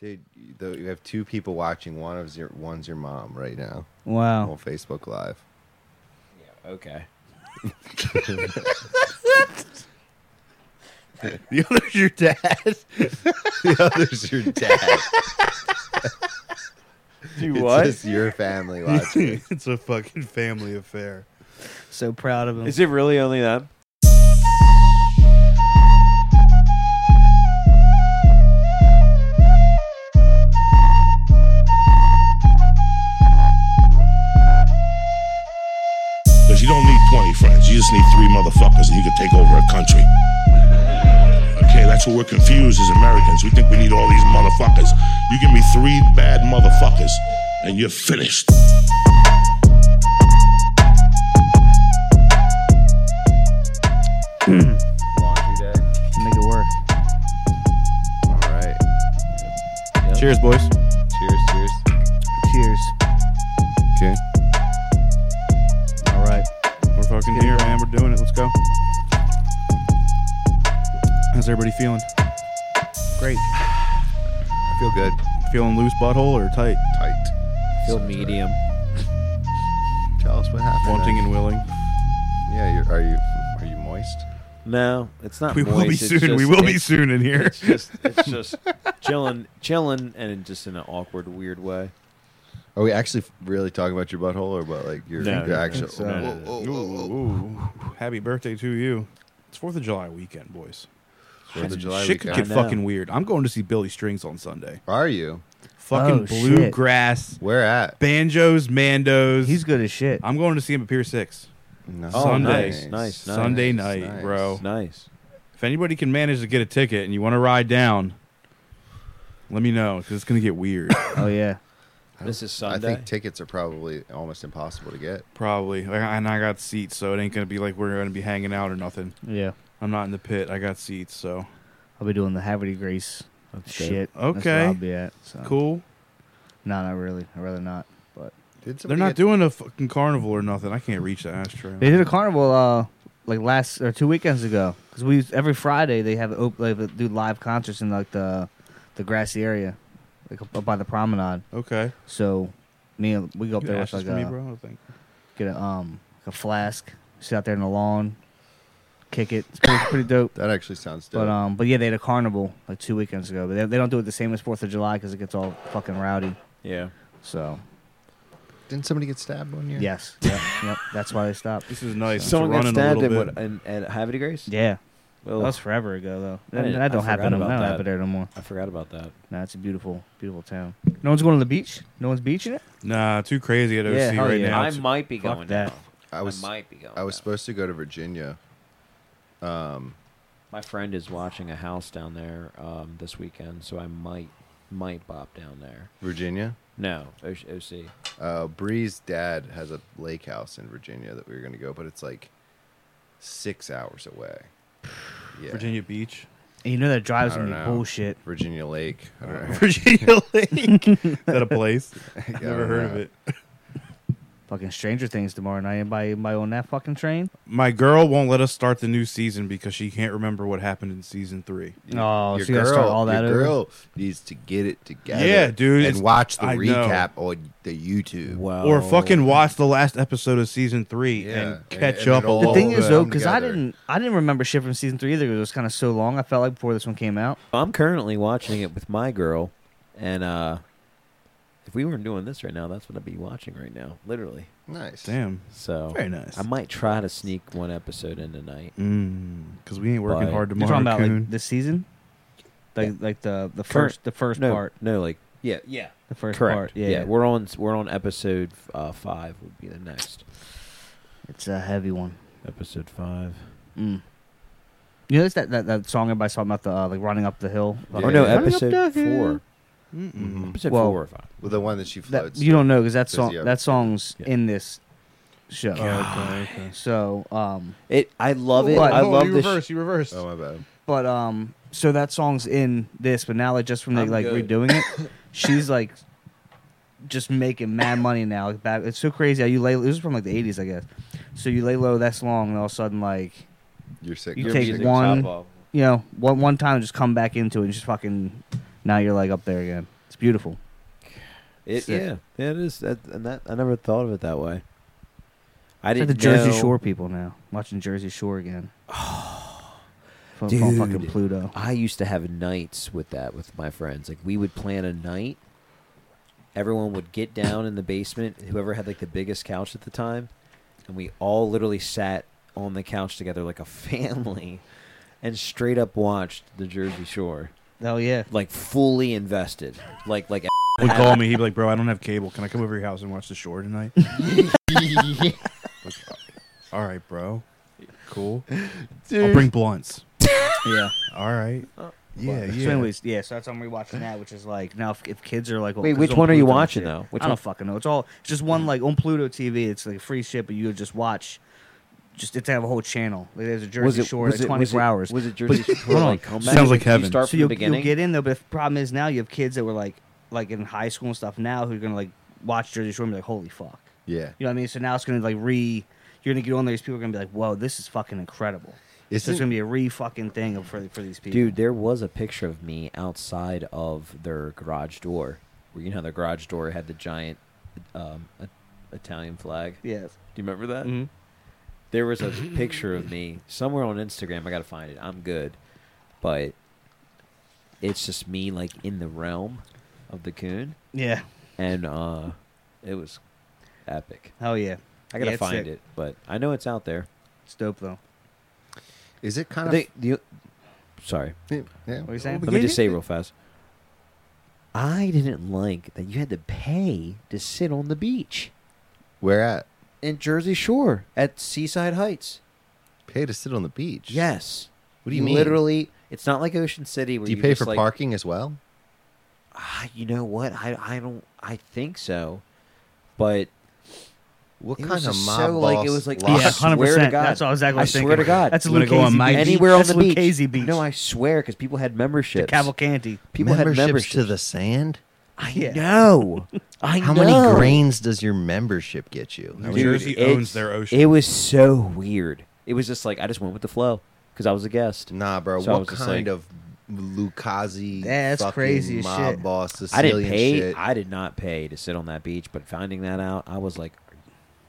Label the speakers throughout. Speaker 1: Dude, you- though you have two people watching. One of your one's your mom right now.
Speaker 2: Wow.
Speaker 1: On Facebook Live.
Speaker 3: Okay. the other's your dad.
Speaker 1: The other's your dad.
Speaker 2: Do
Speaker 1: It's
Speaker 2: what?
Speaker 1: just your family watching. it.
Speaker 4: it's a fucking family affair.
Speaker 2: So proud of him.
Speaker 3: Is it really only them?
Speaker 5: Because you don't need 20 friends. You just need three motherfuckers and you can take over a country. Okay, that's what we're confused as Americans. We think we need all these motherfuckers. You give me three bad motherfuckers and you're finished.
Speaker 1: Laundry day.
Speaker 2: Make it work.
Speaker 1: All right.
Speaker 4: Cheers, boys.
Speaker 1: Cheers. Cheers.
Speaker 2: Cheers.
Speaker 1: Okay.
Speaker 2: All right.
Speaker 4: We're fucking here, man. We're doing it. Let's go. How's everybody feeling?
Speaker 2: Great.
Speaker 1: I feel good.
Speaker 4: Feeling loose butthole or tight?
Speaker 1: Tight.
Speaker 3: Feel medium.
Speaker 1: Tell us what happened.
Speaker 4: Wanting and willing.
Speaker 1: Yeah. You're, are you are you moist?
Speaker 3: No, it's not.
Speaker 4: We will be
Speaker 3: moist, it's
Speaker 4: soon. we
Speaker 3: just-
Speaker 4: will be
Speaker 3: it's-
Speaker 4: soon in here.
Speaker 3: It's just, it's just chilling, chilling, and in just in an awkward, weird way.
Speaker 1: Are we actually really talking about your butthole or about like your,
Speaker 3: No,
Speaker 1: your
Speaker 3: no,
Speaker 1: actual?
Speaker 3: no, no,
Speaker 5: uh,
Speaker 3: no.
Speaker 4: Ooh, ooh, ooh. Happy birthday to you. It's 4th of July weekend, boys.
Speaker 1: Fourth of July
Speaker 4: Shit could
Speaker 1: weekend.
Speaker 4: get
Speaker 3: I know.
Speaker 4: fucking weird. I'm going to see Billy Strings on Sunday.
Speaker 1: Are you?
Speaker 4: Fucking
Speaker 2: Oh, shit.
Speaker 4: bluegrass,
Speaker 1: Where at?
Speaker 4: banjos, mandos.
Speaker 2: He's good as shit.
Speaker 4: I'm going to see him at Pier 6.
Speaker 1: No.
Speaker 3: Oh,
Speaker 4: Sunday.
Speaker 3: nice, nice, nice,
Speaker 4: Sunday night,
Speaker 1: nice.
Speaker 4: bro.
Speaker 3: It's nice.
Speaker 4: If anybody can manage to get a ticket and you want to ride down, let me know because it's going to get weird.
Speaker 2: Oh yeah.
Speaker 3: This is
Speaker 1: I
Speaker 3: Sunday.
Speaker 1: think tickets are probably almost impossible to get.
Speaker 4: Probably. Like, And I got seats, so it ain't going to be like we're going to be hanging out or nothing.
Speaker 2: Yeah.
Speaker 4: I'm not in the pit. I got seats, so
Speaker 2: I'll be doing the Haverty Grace shit. That's where
Speaker 4: Okay.
Speaker 2: I'll be at. So.
Speaker 4: cool.
Speaker 2: No, not really. I'd rather not. But
Speaker 1: Did
Speaker 4: They're
Speaker 1: somebody
Speaker 4: not
Speaker 1: get-
Speaker 4: doing a fucking carnival or nothing. I can't reach the ashtray.
Speaker 2: they did a carnival uh like last or two weekends ago because we every Friday they have op- they do live concerts in like the the grassy area like up by the promenade.
Speaker 4: Okay.
Speaker 2: So me and we go up
Speaker 4: You
Speaker 2: there
Speaker 4: got
Speaker 2: with
Speaker 4: ashes
Speaker 2: like uh,
Speaker 4: for me,
Speaker 2: a
Speaker 4: bro? I think.
Speaker 2: get a um like a flask, sit out there in the lawn, kick it. It's pretty, pretty dope.
Speaker 1: That actually sounds dope.
Speaker 2: But um, but yeah, they had a carnival like two weekends ago. But they, they don't do it the same as Fourth of July because it gets all fucking rowdy.
Speaker 3: Yeah.
Speaker 2: So
Speaker 1: Didn't somebody get stabbed one year?
Speaker 2: yes, yep, yep, that's why they stopped.
Speaker 4: This is nice. It's
Speaker 3: Someone got
Speaker 4: running a
Speaker 3: stabbed
Speaker 4: little
Speaker 3: in what,
Speaker 4: bit.
Speaker 3: in, at Havity Grace.
Speaker 2: Yeah,
Speaker 3: Well,
Speaker 2: that was forever ago though.
Speaker 3: I
Speaker 2: That,
Speaker 3: didn't-
Speaker 2: that don't
Speaker 3: I
Speaker 2: happen.
Speaker 3: forgot
Speaker 2: no-
Speaker 3: about
Speaker 2: that don't
Speaker 3: that.
Speaker 2: happen there no more.
Speaker 3: I forgot about that.
Speaker 2: No, it's a beautiful, beautiful town. No one's going to the beach. No one's beaching it.
Speaker 4: Nah, too crazy at OC
Speaker 2: Yeah, hell
Speaker 4: right
Speaker 2: yeah.
Speaker 4: now.
Speaker 3: Oh, I
Speaker 4: It's-
Speaker 3: might be
Speaker 2: fuck
Speaker 3: going
Speaker 2: that.
Speaker 3: down.
Speaker 1: I was I,
Speaker 3: might be going.
Speaker 1: was
Speaker 3: down.
Speaker 1: supposed to go to Virginia. Um,
Speaker 3: My friend is watching a house down there um, this weekend, so I might might bop down there.
Speaker 1: Virginia.
Speaker 3: No, O- OC.
Speaker 1: Uh, Bree's dad has a lake house in Virginia that we were going to go, but it's like six hours away. Yeah.
Speaker 4: Virginia Beach.
Speaker 2: And you know that drive's
Speaker 1: I
Speaker 2: gonna be
Speaker 1: don't know.
Speaker 2: bullshit.
Speaker 1: Virginia Lake. I don't know.
Speaker 4: Virginia Lake. is that a place?
Speaker 1: Yeah, I
Speaker 4: Never
Speaker 1: don't
Speaker 4: heard of
Speaker 1: know.
Speaker 4: it.
Speaker 2: Fucking Stranger Things tomorrow night. Anybody, anybody on that fucking train?
Speaker 4: My girl won't let us start the new season because she can't remember what happened in season three.
Speaker 2: Oh,
Speaker 1: your
Speaker 2: so you gotta start
Speaker 1: girl-
Speaker 2: all that
Speaker 1: your
Speaker 2: over?
Speaker 1: girl needs to get it together.
Speaker 4: Yeah, dude,
Speaker 1: and
Speaker 4: it's-
Speaker 1: watch the
Speaker 4: I know.
Speaker 1: recap on the YouTube.
Speaker 3: Wow.
Speaker 4: Or fucking watch the last episode of season three
Speaker 1: Yeah,
Speaker 4: and
Speaker 1: and-
Speaker 4: catch
Speaker 1: and
Speaker 4: up
Speaker 1: it
Speaker 4: a
Speaker 1: all-
Speaker 4: little
Speaker 2: The thing
Speaker 4: bit.
Speaker 2: is
Speaker 1: them
Speaker 2: though, because I
Speaker 1: together.
Speaker 2: didn't, I didn't remember shit from season three either. 'cause It was kind of so long. I felt like before this one came out.
Speaker 3: I'm currently watching it with my girl, and uh, if we weren't doing this right now, that's what I'd be watching right now, literally.
Speaker 1: Nice.
Speaker 4: damn,
Speaker 3: So
Speaker 4: very nice.
Speaker 3: I might try to sneak one episode in tonight.
Speaker 4: Because Mm, we ain't working
Speaker 3: Bye.
Speaker 4: hard
Speaker 2: You're
Speaker 4: tomorrow.
Speaker 2: talking about
Speaker 4: coon.
Speaker 2: like this season, like like the the
Speaker 3: Current-
Speaker 2: first the first
Speaker 3: no,
Speaker 2: part,
Speaker 3: no, like yeah, yeah,
Speaker 2: the first
Speaker 3: correct.
Speaker 2: part.
Speaker 3: yeah, we're on we're on episode uh, five. Would be the next
Speaker 2: it's a heavy one.
Speaker 3: episode five.
Speaker 2: Mm. You notice that, that that song everybody's talking about the uh, like running up the hill.
Speaker 1: Yeah.
Speaker 3: Or Oh, no,
Speaker 2: Running up the
Speaker 3: episode
Speaker 2: hill.
Speaker 3: four. Oh,
Speaker 4: Mm-mm.
Speaker 1: Mhm.
Speaker 3: Episode
Speaker 2: Well,
Speaker 3: four or five.
Speaker 1: Well, the one that she
Speaker 2: That,
Speaker 1: floats.
Speaker 2: you don't know because that song
Speaker 1: yeah.
Speaker 2: that song's
Speaker 3: Yeah.
Speaker 2: in this show.
Speaker 4: Okay, okay.
Speaker 2: So, um,
Speaker 3: It. I love it.
Speaker 2: But-
Speaker 3: I
Speaker 4: Oh,
Speaker 3: love
Speaker 4: you
Speaker 3: this.
Speaker 4: reversed. You reversed.
Speaker 1: oh my bad.
Speaker 2: but um, so that song's in this, but now like just from like,
Speaker 3: I'm
Speaker 2: like
Speaker 3: good.
Speaker 2: redoing it, she's like just making mad money now. Like back, it's so crazy how you lay. This is from like the '80s, I guess. So you lay low that's long, and all of a sudden like
Speaker 1: You're sick.
Speaker 2: You
Speaker 1: You're
Speaker 2: take
Speaker 1: sick.
Speaker 3: music's
Speaker 2: one-
Speaker 3: top off.
Speaker 2: you know one one time just come back into it and just fucking Now you're like up there again. It's beautiful.
Speaker 3: It,
Speaker 2: Sick.
Speaker 3: yeah, yeah, it is. That, and that I never thought of it that way. I
Speaker 2: It's like
Speaker 3: didn't
Speaker 2: the Jersey
Speaker 3: know-
Speaker 2: Shore people now. watching Jersey Shore again. Oh, dude. fucking
Speaker 3: dude.
Speaker 2: Pluto.
Speaker 3: I used to have nights with that with my friends. Like we would plan a night. Everyone would get down in the basement, whoever had like the biggest couch at the time, and we all literally sat on the couch together like a family and straight up watched the Jersey Shore.
Speaker 2: Oh yeah.
Speaker 3: Like fully invested. Like like
Speaker 4: Would call me. He'd be like, "Bro, I don't have cable. Can I come over to your house and watch the shore tonight?" Like, All right, bro. Cool. I'll bring blunts.
Speaker 2: Yeah.
Speaker 4: All right. Yeah,
Speaker 2: So
Speaker 4: yeah.
Speaker 2: anyways, yeah. So that's what I'm rewatching now, which is like now if, if kids are like, well,
Speaker 3: Wait,
Speaker 2: 'cause
Speaker 3: which
Speaker 2: it's
Speaker 3: one
Speaker 2: on
Speaker 3: are you
Speaker 2: Pluto and
Speaker 3: watching,
Speaker 2: shit.
Speaker 3: though? Which
Speaker 2: I don't
Speaker 3: one-
Speaker 2: fucking know. It's all it's just one like on Pluto TV. It's like free shit, but you just watch. Just it's have a whole channel. Like, there's a Jersey Shore. it's 24
Speaker 3: was it-
Speaker 2: hours.
Speaker 3: Was it Jersey Shore?
Speaker 2: hold on.
Speaker 3: like, comeback?
Speaker 4: Sounds like
Speaker 3: You
Speaker 4: heaven.
Speaker 3: start
Speaker 2: so
Speaker 3: from
Speaker 2: you'll,
Speaker 3: the
Speaker 2: you'll
Speaker 3: beginning?
Speaker 2: get in there, but the problem is now you have kids that were like like in high school and stuff now who are gonna like watch Jersey Shore and be like, holy fuck.
Speaker 1: Yeah.
Speaker 2: You know what I mean? So now it's gonna like re. You're gonna get on there. These people are gonna be like, "Whoa, this is fucking incredible." So
Speaker 1: Isn't-
Speaker 2: it's gonna be a re fucking thing for for these people.
Speaker 3: Dude, there was a picture of me outside of their garage door. Where you know how their garage door had the giant um, I- Italian flag.
Speaker 2: yeah.
Speaker 3: Do you remember that?
Speaker 2: hmm
Speaker 3: There was a picture of me somewhere on Instagram. I gotta find it. I'm good, but it's just me like in the realm of the coon,
Speaker 2: Yeah.
Speaker 3: and uh, it was epic.
Speaker 2: Hell yeah.
Speaker 3: I
Speaker 2: Yeah,
Speaker 3: gotta
Speaker 2: it's sick.
Speaker 3: find it, but I know it's out there.
Speaker 2: It's dope though.
Speaker 1: Is it kind
Speaker 3: I
Speaker 1: of?
Speaker 3: think the- sorry.
Speaker 1: yeah. yeah.
Speaker 2: What are you saying?
Speaker 3: Let me just say real fast. I didn't like that you had to pay to sit on the beach
Speaker 1: Where at?
Speaker 3: in Jersey Shore at Seaside Heights.
Speaker 1: Pay to sit on the beach.
Speaker 3: Yes.
Speaker 1: What do you mean?
Speaker 3: Literally, it's not like Ocean City where
Speaker 1: Do you
Speaker 3: you
Speaker 1: pay
Speaker 3: just,
Speaker 1: for
Speaker 3: like,
Speaker 1: parking as well?
Speaker 3: Ah, you know what? I I don't. I think so, but
Speaker 1: What
Speaker 3: It
Speaker 1: kind
Speaker 3: was
Speaker 1: of
Speaker 3: just
Speaker 1: mob
Speaker 3: so, like,
Speaker 1: boss
Speaker 3: it was like-
Speaker 1: life?
Speaker 3: Yeah,
Speaker 2: hundred
Speaker 3: 100%.
Speaker 2: percent. That's all exactly. What
Speaker 3: I
Speaker 2: I'm thinking.
Speaker 3: swear to God.
Speaker 2: that's
Speaker 4: You wanna go on
Speaker 2: Lucchese
Speaker 4: my
Speaker 2: Beach.
Speaker 4: beach?
Speaker 3: anywhere
Speaker 2: that's
Speaker 3: on the beach.
Speaker 2: Lucchese Beach.
Speaker 3: No, I swear, because people had memberships.
Speaker 2: Cavalcanti.
Speaker 3: people had
Speaker 1: memberships
Speaker 3: memberships.
Speaker 1: to the sand.
Speaker 3: I
Speaker 2: Yeah.
Speaker 3: know. I
Speaker 1: How
Speaker 3: know.
Speaker 1: many grains does your membership get you? How
Speaker 4: New
Speaker 1: many-
Speaker 3: Dude,
Speaker 4: Jersey
Speaker 3: it's-
Speaker 4: owns their ocean.
Speaker 3: It was so weird. It was just like I just went with the flow because I was a guest.
Speaker 1: Nah, bro.
Speaker 3: So I
Speaker 1: what
Speaker 3: was just
Speaker 1: kind
Speaker 3: like-
Speaker 1: of Lucazzi?
Speaker 2: Yeah, that's
Speaker 1: fucking
Speaker 2: crazy as
Speaker 1: mob
Speaker 2: shit.
Speaker 1: boss
Speaker 3: I
Speaker 1: Sicilian
Speaker 3: didn't pay.
Speaker 1: shit.
Speaker 3: I did not pay to sit on that beach. But finding that out, I was like,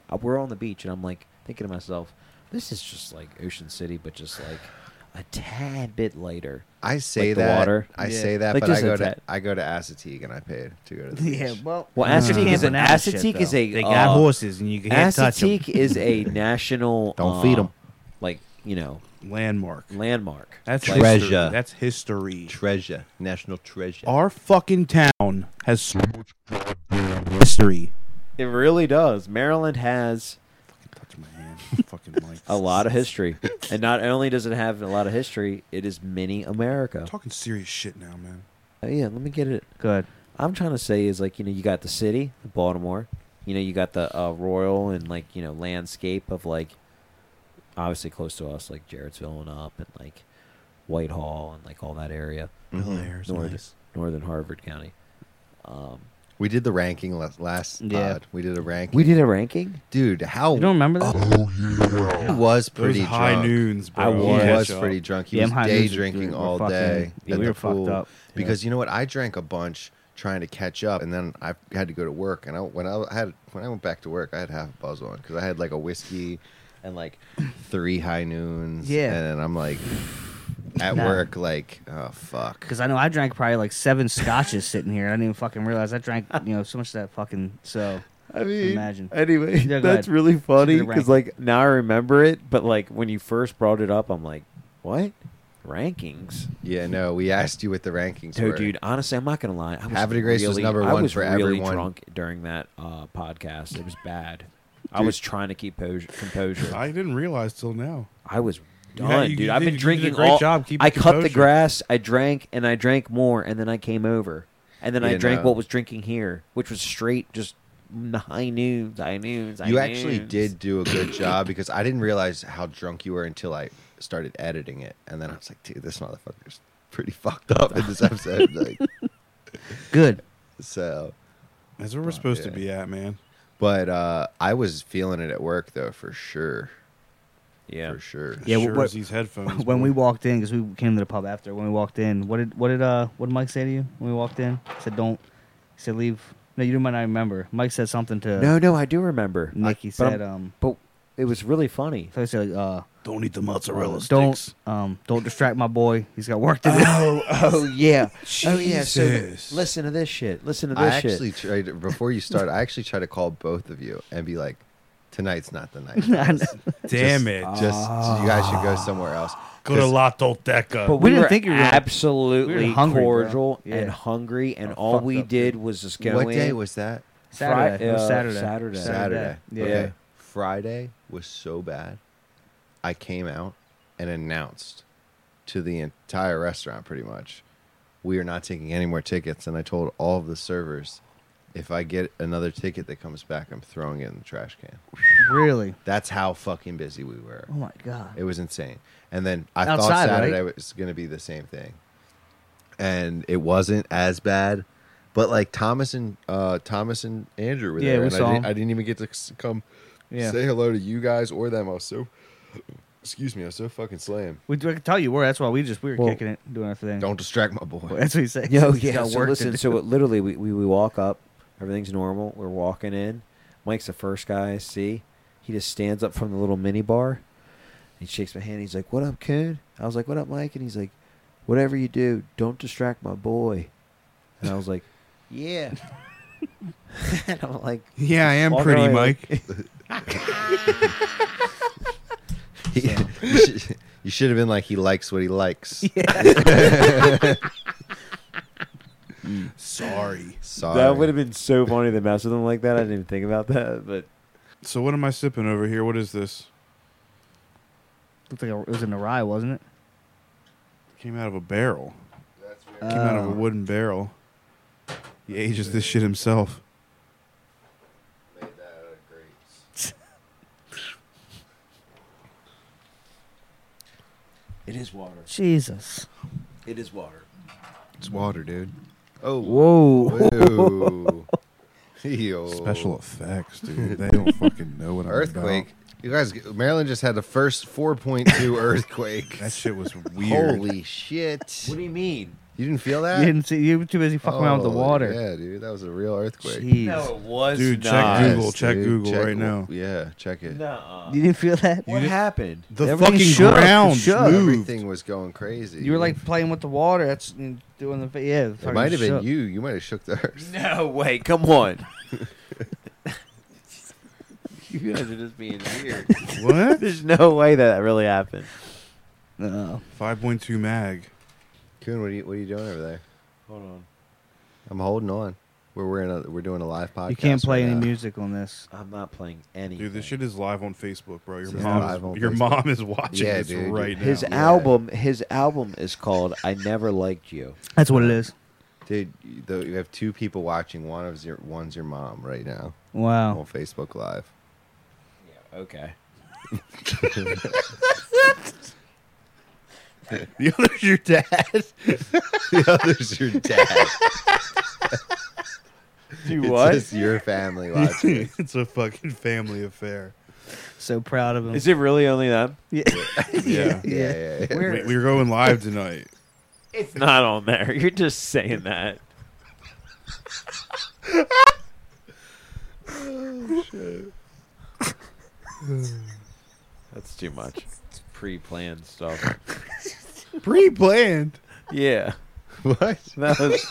Speaker 3: uh, we're on the beach, and I'm like thinking to myself, this is just like Ocean City, but just like a tad bit lighter.
Speaker 1: I say
Speaker 3: Like the
Speaker 1: that.
Speaker 3: water.
Speaker 1: I
Speaker 2: Yeah.
Speaker 1: say that,
Speaker 3: Like
Speaker 1: but I
Speaker 3: just a
Speaker 1: go to
Speaker 3: tad.
Speaker 1: I go to Assateague and I paid to go to the
Speaker 2: Yeah.
Speaker 1: beach.
Speaker 2: Well.
Speaker 3: Well, Assateague is an Assateague is a
Speaker 2: They
Speaker 3: uh,
Speaker 2: got horses and you can't touch them.
Speaker 3: Assateague is a national.
Speaker 1: Don't
Speaker 3: uh,
Speaker 1: feed 'em.
Speaker 3: Like you know,
Speaker 4: Landmark.
Speaker 3: landmark.
Speaker 4: That's
Speaker 1: Treasure.
Speaker 4: history. That's history.
Speaker 1: Treasure, national treasure.
Speaker 4: Our fucking town has so much goddamn history.
Speaker 3: It really does. Maryland has
Speaker 4: Fucking touch my hand. fucking like
Speaker 3: a lot of history, and not only does it have a lot of history, it is mini America.
Speaker 4: Talking serious shit now, man.
Speaker 3: Oh, yeah, let me get it.
Speaker 2: Good.
Speaker 3: I'm trying to say is like you know you got the city, Baltimore. You know you got the uh, royal and like you know landscape of like obviously close to us like Jarrettsville and up and like Whitehall and like all that area,
Speaker 1: Mm-hmm.
Speaker 4: There's
Speaker 3: northern
Speaker 4: nice.
Speaker 3: northern Harvard County. Um,
Speaker 1: We did the ranking last, last
Speaker 2: Yeah.
Speaker 1: pod. We did a ranking.
Speaker 3: we did a ranking.
Speaker 1: Dude, how
Speaker 2: Oh. You don't remember that?
Speaker 4: Oh,
Speaker 1: he was pretty
Speaker 4: Those high
Speaker 1: drunk.
Speaker 4: noons, bro.
Speaker 3: I
Speaker 1: He
Speaker 3: was.
Speaker 1: was
Speaker 4: Yeah.
Speaker 1: pretty drunk. He
Speaker 2: Oh, Yeah,
Speaker 1: was
Speaker 2: I'm high
Speaker 1: day
Speaker 2: noons.
Speaker 1: drinking
Speaker 2: We're
Speaker 1: all
Speaker 2: fucking-
Speaker 1: day
Speaker 2: yeah,
Speaker 1: at
Speaker 2: we
Speaker 1: the
Speaker 2: were fucked
Speaker 1: pool.
Speaker 2: up. Yeah.
Speaker 1: Because you know what? I drank a bunch trying to catch up, and then I had to go to work. And I, when I had when I went back to work, I had half a buzz on because I had like a whiskey and like three high noons.
Speaker 2: Yeah.
Speaker 1: and I'm like at
Speaker 2: Nah.
Speaker 1: work, like oh fuck.
Speaker 2: Because I know I drank probably like seven scotches sitting here. I didn't even fucking realize I drank, you know, so much of that fucking. So,
Speaker 3: I mean,
Speaker 2: Imagine.
Speaker 3: Anyway,
Speaker 2: Yeah, go
Speaker 3: that's
Speaker 2: ahead.
Speaker 3: really funny
Speaker 2: Give it a
Speaker 3: because like now I remember it, but like when you first brought it up, I'm like, what rankings?
Speaker 1: Yeah, no. We asked you what the rankings
Speaker 3: So,
Speaker 1: were.
Speaker 3: dude, honestly, I'm not gonna lie. I was
Speaker 1: Havre de Grace was
Speaker 3: really,
Speaker 1: number
Speaker 3: I
Speaker 1: one
Speaker 3: was
Speaker 1: for
Speaker 3: really
Speaker 1: everyone.
Speaker 3: drunk during that uh, podcast. It was bad. I was trying to keep pos- composure. I,
Speaker 4: I didn't realize till now.
Speaker 3: was
Speaker 4: Yeah,
Speaker 3: done,
Speaker 4: you-
Speaker 3: dude.
Speaker 4: you
Speaker 3: I've been
Speaker 4: did- you did a
Speaker 3: drinking
Speaker 4: great
Speaker 3: all.
Speaker 4: job keeping
Speaker 3: I cut the
Speaker 4: composure.
Speaker 3: grass. I drank and I drank more, and then I came over, and then I
Speaker 1: Yeah,
Speaker 3: drank
Speaker 1: no.
Speaker 3: what was drinking here, which was straight just n- high noons, high noons. high
Speaker 1: you actually
Speaker 3: noons.
Speaker 1: did do a good job because I didn't realize how drunk you were until I started editing it, and then I was like, dude, this motherfucker's pretty fucked up in this episode. like,
Speaker 2: good.
Speaker 1: so,
Speaker 4: That's where we're supposed
Speaker 1: yeah.
Speaker 4: to be at, man.
Speaker 1: but uh, I was feeling it at work though for sure.
Speaker 3: Yeah.
Speaker 1: for sure.
Speaker 2: Yeah,
Speaker 4: sure
Speaker 2: what-
Speaker 4: as these headphones.
Speaker 2: when
Speaker 4: boy.
Speaker 2: we walked in, because we came to the pub after. When we walked in, what did what did uh what did Mike say to you when we walked in? He said don't. He said leave. No, you might not remember. Mike said something to
Speaker 3: No, no, I do remember.
Speaker 2: Nikki.
Speaker 3: I- but
Speaker 2: said
Speaker 3: I'm-
Speaker 2: um.
Speaker 3: but it was really funny.
Speaker 2: So he said uh.
Speaker 4: don't eat the mozzarella sticks.
Speaker 2: Don't um. Don't distract my boy. He's got work to do.
Speaker 3: Oh, oh yeah, oh yeah. So
Speaker 4: Jesus.
Speaker 3: listen to this shit. Listen to this
Speaker 1: I
Speaker 3: shit.
Speaker 1: actually tried before you start. I actually tried to call both of you and be like, "Tonight's not the night.
Speaker 2: I know.
Speaker 4: Damn
Speaker 1: Just-
Speaker 4: it.
Speaker 2: uh,
Speaker 1: Just you guys should go somewhere else."
Speaker 6: Go to
Speaker 1: 'Cause
Speaker 6: La Tolteca.
Speaker 3: but
Speaker 2: we
Speaker 3: we,
Speaker 2: didn't
Speaker 3: were
Speaker 2: think you were gonna-
Speaker 3: absolutely
Speaker 2: we were hungry, bro.
Speaker 3: cordial
Speaker 2: Yeah.
Speaker 3: and hungry, and
Speaker 2: I'm
Speaker 3: all
Speaker 2: fucked
Speaker 3: we
Speaker 2: up,
Speaker 3: did was just go
Speaker 1: what
Speaker 3: in.
Speaker 1: day was that?
Speaker 2: Saturday.
Speaker 3: Fri-
Speaker 2: It was
Speaker 3: uh,
Speaker 2: Saturday.
Speaker 3: Saturday.
Speaker 1: Saturday.
Speaker 2: Yeah.
Speaker 1: Okay. Friday was so bad. I came out and announced to the entire restaurant pretty much, we are not taking any more tickets. And I told all of the servers, if I get another ticket that comes back, I'm throwing it in the trash can.
Speaker 2: Really?
Speaker 1: That's how fucking busy we were.
Speaker 2: Oh my god.
Speaker 1: It was insane. And then I thought
Speaker 2: Outside,
Speaker 1: Saturday
Speaker 2: right?
Speaker 1: was going to be the same thing, and it wasn't as bad. But like Thomas and uh, Thomas and Andrew were
Speaker 2: Yeah,
Speaker 1: there,
Speaker 2: we
Speaker 1: and
Speaker 2: saw
Speaker 1: I, didn't,
Speaker 2: 'em.
Speaker 1: I didn't even get to s- come
Speaker 2: Yeah.
Speaker 1: say hello to you guys or them. I was so excuse me, I was so fucking slaying.
Speaker 2: We I can tell you were. That's why we just we were
Speaker 3: Well,
Speaker 2: kicking it, doing our thing.
Speaker 1: Don't distract my boy.
Speaker 2: That's what he said.
Speaker 3: Yo,
Speaker 2: He's
Speaker 3: yeah.
Speaker 2: got
Speaker 3: So
Speaker 2: work to
Speaker 3: listen.
Speaker 2: do.
Speaker 3: So it, literally, we, we we walk up. Everything's normal. We're walking in. Mike's the first guy I see. He just stands up from the little mini bar. He shakes my hand. He's like, "What up, kid?" I was like, "What up, Mike?" And he's like, "Whatever you do, don't distract my boy." And I was like, "Yeah." and I'm like,
Speaker 4: Yeah, I am
Speaker 3: Walk
Speaker 4: pretty,
Speaker 3: away.
Speaker 4: Mike.
Speaker 1: you, should, you should have been like he likes what he likes.
Speaker 4: Sorry.
Speaker 1: Sorry.
Speaker 3: That would have been so funny to mess with him like that. I didn't even think about that, but
Speaker 4: So what am I sipping over here? What is this?
Speaker 2: Looked like a, it was in a rye, wasn't it?
Speaker 4: Came out of a barrel.
Speaker 2: Uh,
Speaker 4: Came out of a wooden barrel. He ages this shit himself.
Speaker 3: it is water.
Speaker 2: Jesus.
Speaker 3: It is water.
Speaker 1: It's water, dude. Oh,
Speaker 2: Whoa.
Speaker 1: whoa. Yo.
Speaker 4: Special effects, dude. They don't fucking know what I'm about.
Speaker 1: earthquake. You guys, Maryland just had the first 4.2 earthquake.
Speaker 4: That shit was weird.
Speaker 1: Holy shit!
Speaker 3: What do you mean?
Speaker 1: You didn't feel that?
Speaker 2: You didn't see. You were too busy fucking around with the
Speaker 1: Oh,
Speaker 2: water.
Speaker 1: Yeah, dude, that was a real earthquake.
Speaker 2: Jeez.
Speaker 3: No, it was
Speaker 4: Dude, check
Speaker 3: not.
Speaker 4: Google, check Google right now.
Speaker 1: Yeah, check it.
Speaker 3: Nuh-uh.
Speaker 2: You didn't feel that?
Speaker 3: What happened?
Speaker 4: The
Speaker 2: Everything
Speaker 4: fucking
Speaker 2: shook, it
Speaker 4: ground
Speaker 2: shook.
Speaker 4: moved.
Speaker 1: Everything was going crazy.
Speaker 2: You were like playing with the water. That's mm, doing the yeah.
Speaker 1: it
Speaker 2: fucking
Speaker 1: might have been
Speaker 2: shook.
Speaker 1: you. You might have shook the earth.
Speaker 3: No way. Come on. you guys are just being weird.
Speaker 4: What?
Speaker 3: There's no way that really happened.
Speaker 2: No.
Speaker 4: 5.2 mag.
Speaker 1: Coon, what are you what are you doing over there?
Speaker 3: Hold on.
Speaker 1: I'm holding on. We're we're, in a, we're doing a live podcast.
Speaker 2: You can't play
Speaker 1: right
Speaker 2: any
Speaker 1: now.
Speaker 2: music on this.
Speaker 3: I'm not playing any.
Speaker 4: Dude, this shit is live on Facebook, bro. Your
Speaker 1: This is live
Speaker 4: mom,
Speaker 1: on
Speaker 4: is, your
Speaker 1: Facebook.
Speaker 4: mom is watching
Speaker 1: Yeah,
Speaker 4: this
Speaker 1: dude.
Speaker 4: right now.
Speaker 3: His
Speaker 1: Yeah.
Speaker 3: album, his album is called "I Never Liked You."
Speaker 2: That's what it is.
Speaker 1: Dude, you- though you have two people watching. One of your one's your mom right now on
Speaker 2: Wow.
Speaker 1: Facebook Live.
Speaker 3: Yeah. Okay.
Speaker 1: The other's your dad. the other's your dad.
Speaker 3: Do
Speaker 1: It's just your family watching. it.
Speaker 4: it's a fucking family affair.
Speaker 2: So proud of him.
Speaker 3: Is it really only them?
Speaker 2: yeah.
Speaker 4: Yeah.
Speaker 1: Yeah, yeah, yeah.
Speaker 4: We, we're going live tonight.
Speaker 3: It's not on there. You're just saying that. That's too much. It's pre-planned stuff.
Speaker 4: Pre-planned.
Speaker 3: Yeah,
Speaker 1: What?
Speaker 3: that was.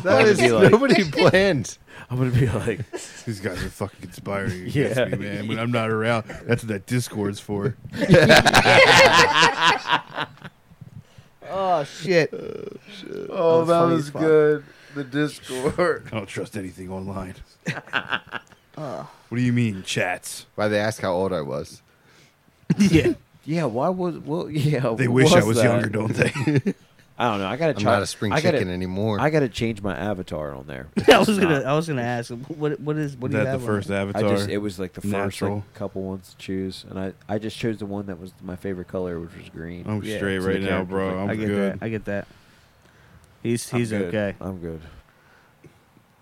Speaker 1: That
Speaker 3: Why
Speaker 1: is
Speaker 3: would you like-
Speaker 1: nobody planned.
Speaker 3: I'm gonna be like,
Speaker 4: These guys are fucking conspiring against
Speaker 3: Yeah.
Speaker 4: me, man. When I'm not around, that's what that Discord's for.
Speaker 2: Oh shit.
Speaker 3: oh,
Speaker 2: that funny was as fuck. good.
Speaker 3: The Discord.
Speaker 4: I don't trust anything online. What do you mean, chats?
Speaker 1: Why they asked how old I was?
Speaker 2: yeah.
Speaker 3: Yeah, why was? Well, yeah.
Speaker 4: They
Speaker 3: what
Speaker 4: wish I was
Speaker 3: that?
Speaker 4: younger, don't they?
Speaker 3: I don't know. I gotta
Speaker 1: I'm
Speaker 3: try.
Speaker 1: not a spring
Speaker 3: I gotta,
Speaker 1: chicken anymore.
Speaker 3: I gotta change my avatar on there.
Speaker 2: I was gonna. I was gonna ask. What? What is? What do
Speaker 4: that
Speaker 2: you have?
Speaker 4: the
Speaker 2: on
Speaker 4: first
Speaker 2: it?
Speaker 4: avatar?
Speaker 3: I just it was like the first like,
Speaker 4: Natural.
Speaker 3: couple ones to choose, and I I just chose the one that was my favorite color, which was green.
Speaker 4: I'm
Speaker 2: Yeah,
Speaker 4: straight
Speaker 3: it's in
Speaker 4: right
Speaker 3: the
Speaker 4: now,
Speaker 3: character
Speaker 4: bro.
Speaker 3: thing.
Speaker 4: I'm
Speaker 2: I get
Speaker 4: good.
Speaker 2: that. I get that. He's
Speaker 3: I'm
Speaker 2: he's
Speaker 3: good.
Speaker 2: okay.
Speaker 3: I'm good.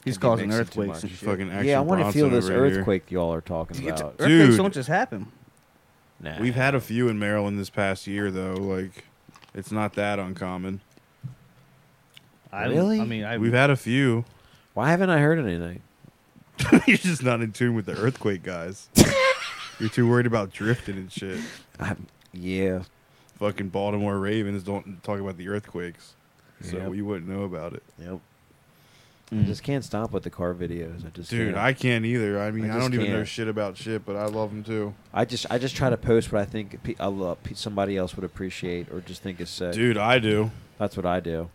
Speaker 2: He's
Speaker 3: Can't be
Speaker 2: causing
Speaker 3: mixing too
Speaker 2: earthquakes.
Speaker 3: much.
Speaker 2: and
Speaker 4: You
Speaker 2: shit.
Speaker 4: Fucking action
Speaker 3: yeah, I want to feel this
Speaker 4: Bronson over here.
Speaker 3: earthquake y'all are talking
Speaker 2: You get
Speaker 3: about.
Speaker 2: to- earthquakes
Speaker 4: Dude.
Speaker 2: don't just happen.
Speaker 3: Nah.
Speaker 4: We've had a few in Maryland this past year, though. Like, it's not that uncommon.
Speaker 2: I don't-
Speaker 3: Really?
Speaker 2: I mean, I,
Speaker 4: We've had a few.
Speaker 3: Why haven't I heard anything?
Speaker 4: You're just not in tune with the earthquake guys. You're too worried about drifting and shit.
Speaker 3: I'm, yeah.
Speaker 4: Fucking Baltimore Ravens don't talk about the earthquakes, so
Speaker 3: Yep.
Speaker 4: we wouldn't know about it.
Speaker 3: Yep. I just can't stop with the car videos. I just
Speaker 4: Dude,
Speaker 3: can't.
Speaker 4: I can't either. I mean,
Speaker 3: I
Speaker 4: I,
Speaker 3: just
Speaker 4: don't even know
Speaker 3: can't.
Speaker 4: shit about shit, but I love them too.
Speaker 3: I just I just try to post what I think pe- I love, pe- somebody else would appreciate or just think is sick.
Speaker 4: Dude, I do.
Speaker 3: That's what I do.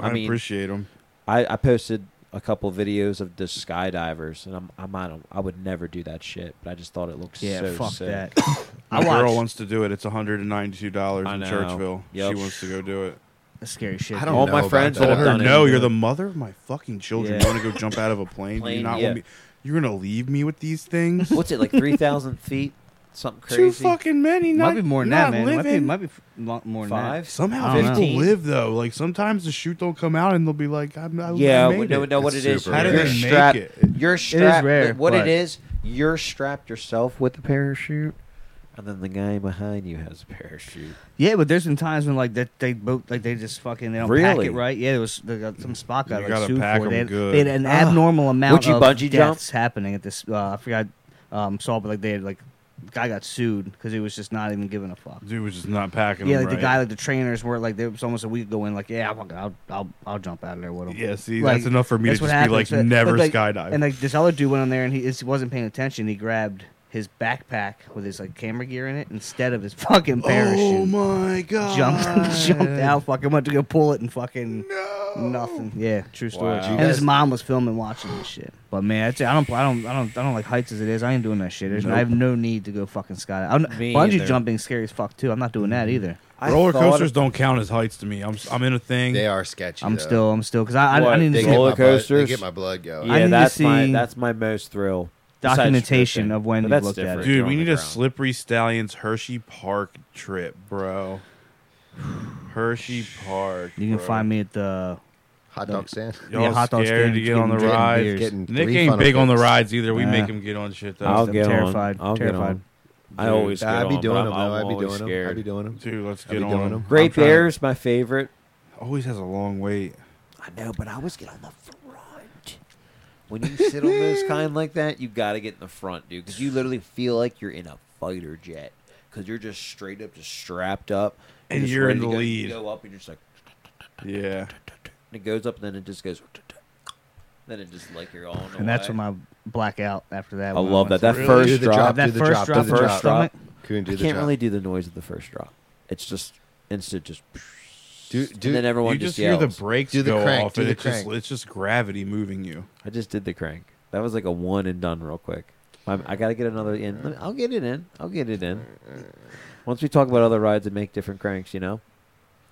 Speaker 4: I,
Speaker 3: I mean-
Speaker 4: appreciate them.
Speaker 3: I, I posted a couple videos of the skydivers, and I'm I'm not, I would never do that shit, but I just thought it looked
Speaker 2: yeah,
Speaker 3: so
Speaker 2: fuck
Speaker 3: sick.
Speaker 2: that.
Speaker 4: My
Speaker 2: I
Speaker 4: girl
Speaker 2: watched
Speaker 4: wants to do it. It's $192
Speaker 3: I
Speaker 4: in
Speaker 3: know.
Speaker 4: Churchville.
Speaker 3: Yep.
Speaker 4: She wants to go do it.
Speaker 2: That's scary shit.
Speaker 1: I don't
Speaker 3: All
Speaker 1: know
Speaker 3: my
Speaker 1: about
Speaker 3: friends
Speaker 1: that.
Speaker 3: that
Speaker 4: Tell
Speaker 3: have
Speaker 4: her
Speaker 3: done it.
Speaker 4: no.
Speaker 3: and
Speaker 4: You're
Speaker 3: do
Speaker 4: the
Speaker 3: it.
Speaker 4: mother of my fucking children.
Speaker 3: Yeah.
Speaker 4: You want to go jump out of a plane? Do
Speaker 3: Plane,
Speaker 4: you not
Speaker 3: yeah.
Speaker 4: want me? You're gonna leave me with these things?
Speaker 3: What's it like? Three thousand feet? Something crazy.
Speaker 4: Too fucking many. Not,
Speaker 2: might be more than that,
Speaker 4: not
Speaker 2: man. Might be,
Speaker 4: living.
Speaker 2: might be f- lo- more than
Speaker 3: Five?
Speaker 2: that.
Speaker 4: Somehow
Speaker 2: I don't
Speaker 4: people
Speaker 3: know.
Speaker 4: live though. Like sometimes the shoot don't come out, and they'll be like, "I'm I,
Speaker 3: yeah,
Speaker 4: I
Speaker 3: we
Speaker 4: made
Speaker 3: know,
Speaker 4: it.
Speaker 3: know what
Speaker 1: It's
Speaker 3: it is.
Speaker 1: super How do
Speaker 3: You're
Speaker 1: they
Speaker 4: make
Speaker 3: strapped,
Speaker 4: it?
Speaker 3: You're strapped.
Speaker 2: rare,
Speaker 3: what
Speaker 2: but-
Speaker 3: it is, you're strapped yourself with a parachute, and then the guy behind you has a parachute.
Speaker 2: Yeah, but there's been times when like that they both like they just fucking they don't pack
Speaker 3: Really?
Speaker 2: it right. Yeah, there was they got some spot got
Speaker 4: You
Speaker 2: like
Speaker 4: gotta
Speaker 2: sued
Speaker 4: pack
Speaker 2: for.
Speaker 4: 'em
Speaker 2: They had,
Speaker 4: good.
Speaker 2: they had an
Speaker 3: Ah.
Speaker 2: abnormal amount
Speaker 3: Would you
Speaker 2: of
Speaker 3: bungee jump?
Speaker 2: deaths happening at this. Uh, I forgot um, saw, but like they had like the guy got sued because he was just not even giving a fuck.
Speaker 4: Dude was just not packing.
Speaker 2: yeah,
Speaker 4: them
Speaker 2: like the
Speaker 4: right.
Speaker 2: guy, like the trainers were like there was almost a week ago, and like yeah, I'll I'll I'll, I'll jump out of there with him.
Speaker 4: Yeah, see,
Speaker 2: Like,
Speaker 4: that's enough for me to
Speaker 2: That's
Speaker 4: just
Speaker 2: what
Speaker 4: be
Speaker 2: happened.
Speaker 4: like,
Speaker 2: So-
Speaker 4: never
Speaker 2: but, like,
Speaker 4: skydive.
Speaker 2: And like this other dude went on there and he just wasn't paying attention. He grabbed his backpack with his like camera gear in it instead of his fucking
Speaker 4: oh
Speaker 2: parachute.
Speaker 4: my god!
Speaker 2: jumped jumped out, fucking went to go pull it and fucking nothing. Yeah, true story.
Speaker 3: Wow.
Speaker 2: And his mom was filming, watching this shit. But man, I, tell you, I don't, I don't, I don't, I don't like heights as it is. I ain't doing that shit. There's- I have no need to go fucking skydive. I'm,
Speaker 3: Me
Speaker 2: bungee
Speaker 3: either.
Speaker 2: jumping scary as fuck too. I'm not doing that either.
Speaker 3: I
Speaker 4: Roller
Speaker 3: thought-
Speaker 4: coasters don't count as heights to me. I'm s- I'm in a thing.
Speaker 1: They are sketchy.
Speaker 2: I'm
Speaker 1: though.
Speaker 2: still, I'm still, because I, I, I
Speaker 3: What,
Speaker 2: need to
Speaker 1: They
Speaker 2: see
Speaker 1: get,
Speaker 3: Roller
Speaker 1: my blood, they
Speaker 3: coasters?
Speaker 1: get my blood going.
Speaker 3: Yeah,
Speaker 2: I need to
Speaker 3: that's my
Speaker 2: see
Speaker 3: that's my most thrill. Besides
Speaker 2: documentation
Speaker 3: tripping.
Speaker 2: of when
Speaker 3: But
Speaker 2: you've
Speaker 3: that's
Speaker 2: looked at
Speaker 3: different.
Speaker 2: it.
Speaker 4: Dude,
Speaker 3: You're
Speaker 4: we
Speaker 3: on the
Speaker 4: need a
Speaker 3: ground.
Speaker 4: slippery stallions Hershey Park trip, bro. Hershey Park.
Speaker 2: You can
Speaker 4: bro.
Speaker 2: find me at the
Speaker 1: Hot dog stand.
Speaker 4: Y'all
Speaker 2: yeah, hot dog
Speaker 4: scared
Speaker 2: stand
Speaker 4: to get on the
Speaker 2: getting- getting
Speaker 4: rides?
Speaker 2: beers.
Speaker 1: Getting
Speaker 4: Nick
Speaker 1: three
Speaker 4: ain't
Speaker 1: funnel
Speaker 4: big on the
Speaker 1: cakes.
Speaker 4: rides either. We
Speaker 2: Nah.
Speaker 4: make him get on shit though.
Speaker 3: I'll
Speaker 2: I'm
Speaker 3: get
Speaker 2: terrified,
Speaker 3: on. I'll Get
Speaker 2: terrified.
Speaker 3: on. I always.
Speaker 1: Nah, I'd
Speaker 3: get
Speaker 1: be
Speaker 3: on,
Speaker 1: doing
Speaker 3: but
Speaker 1: them.
Speaker 3: I'm,
Speaker 1: though.
Speaker 3: I'm
Speaker 1: I'd be
Speaker 3: always
Speaker 1: doing them.
Speaker 3: scared.
Speaker 1: I'd be doing them.
Speaker 4: Dude, let's
Speaker 1: I'll be
Speaker 4: get
Speaker 1: doing
Speaker 4: on
Speaker 1: 'em.
Speaker 4: him.
Speaker 3: Great
Speaker 2: I'm trying.
Speaker 3: Bear's my favorite.
Speaker 4: Always has a long wait.
Speaker 3: I know, but I always get on the front. When you sit on those kind like that, you got to get in the front, dude, because you literally feel like you're in a fighter jet because you're just straight up, just strapped up,
Speaker 4: And
Speaker 3: just
Speaker 4: you're
Speaker 3: ready
Speaker 4: in
Speaker 3: to
Speaker 4: the
Speaker 3: go.
Speaker 4: lead.
Speaker 3: You go up and you're just like,
Speaker 4: Yeah.
Speaker 3: and it goes up, and then it just goes. Then it just like you're all. in the
Speaker 2: and that's
Speaker 3: way.
Speaker 2: when my blackout after that.
Speaker 3: I
Speaker 2: when
Speaker 3: love
Speaker 2: went
Speaker 3: that. That
Speaker 2: to-
Speaker 1: Really? Do
Speaker 3: first
Speaker 1: the
Speaker 3: drop,
Speaker 1: drop,
Speaker 2: that
Speaker 1: do the
Speaker 2: first
Speaker 1: drop,
Speaker 2: drop,
Speaker 1: do the
Speaker 2: first
Speaker 1: drop.
Speaker 2: stomach.
Speaker 1: Couldn't do
Speaker 3: I
Speaker 1: the
Speaker 3: can't
Speaker 1: drop.
Speaker 3: really do the noise of the first drop. It's just instant, just
Speaker 1: do,
Speaker 3: and then
Speaker 1: do,
Speaker 3: everyone
Speaker 4: you
Speaker 3: just,
Speaker 4: just hear
Speaker 3: yells.
Speaker 4: the brakes
Speaker 1: Do the
Speaker 4: go
Speaker 1: crank,
Speaker 4: off,
Speaker 1: do
Speaker 4: and
Speaker 1: the
Speaker 4: it's just
Speaker 1: crank.
Speaker 4: it's just gravity moving you.
Speaker 3: I just did the crank. That was like a one and done real quick. I'm, I got to get another in. Let me- I'll get it in. I'll get it in. Once we talk about other rides that make different cranks, you know.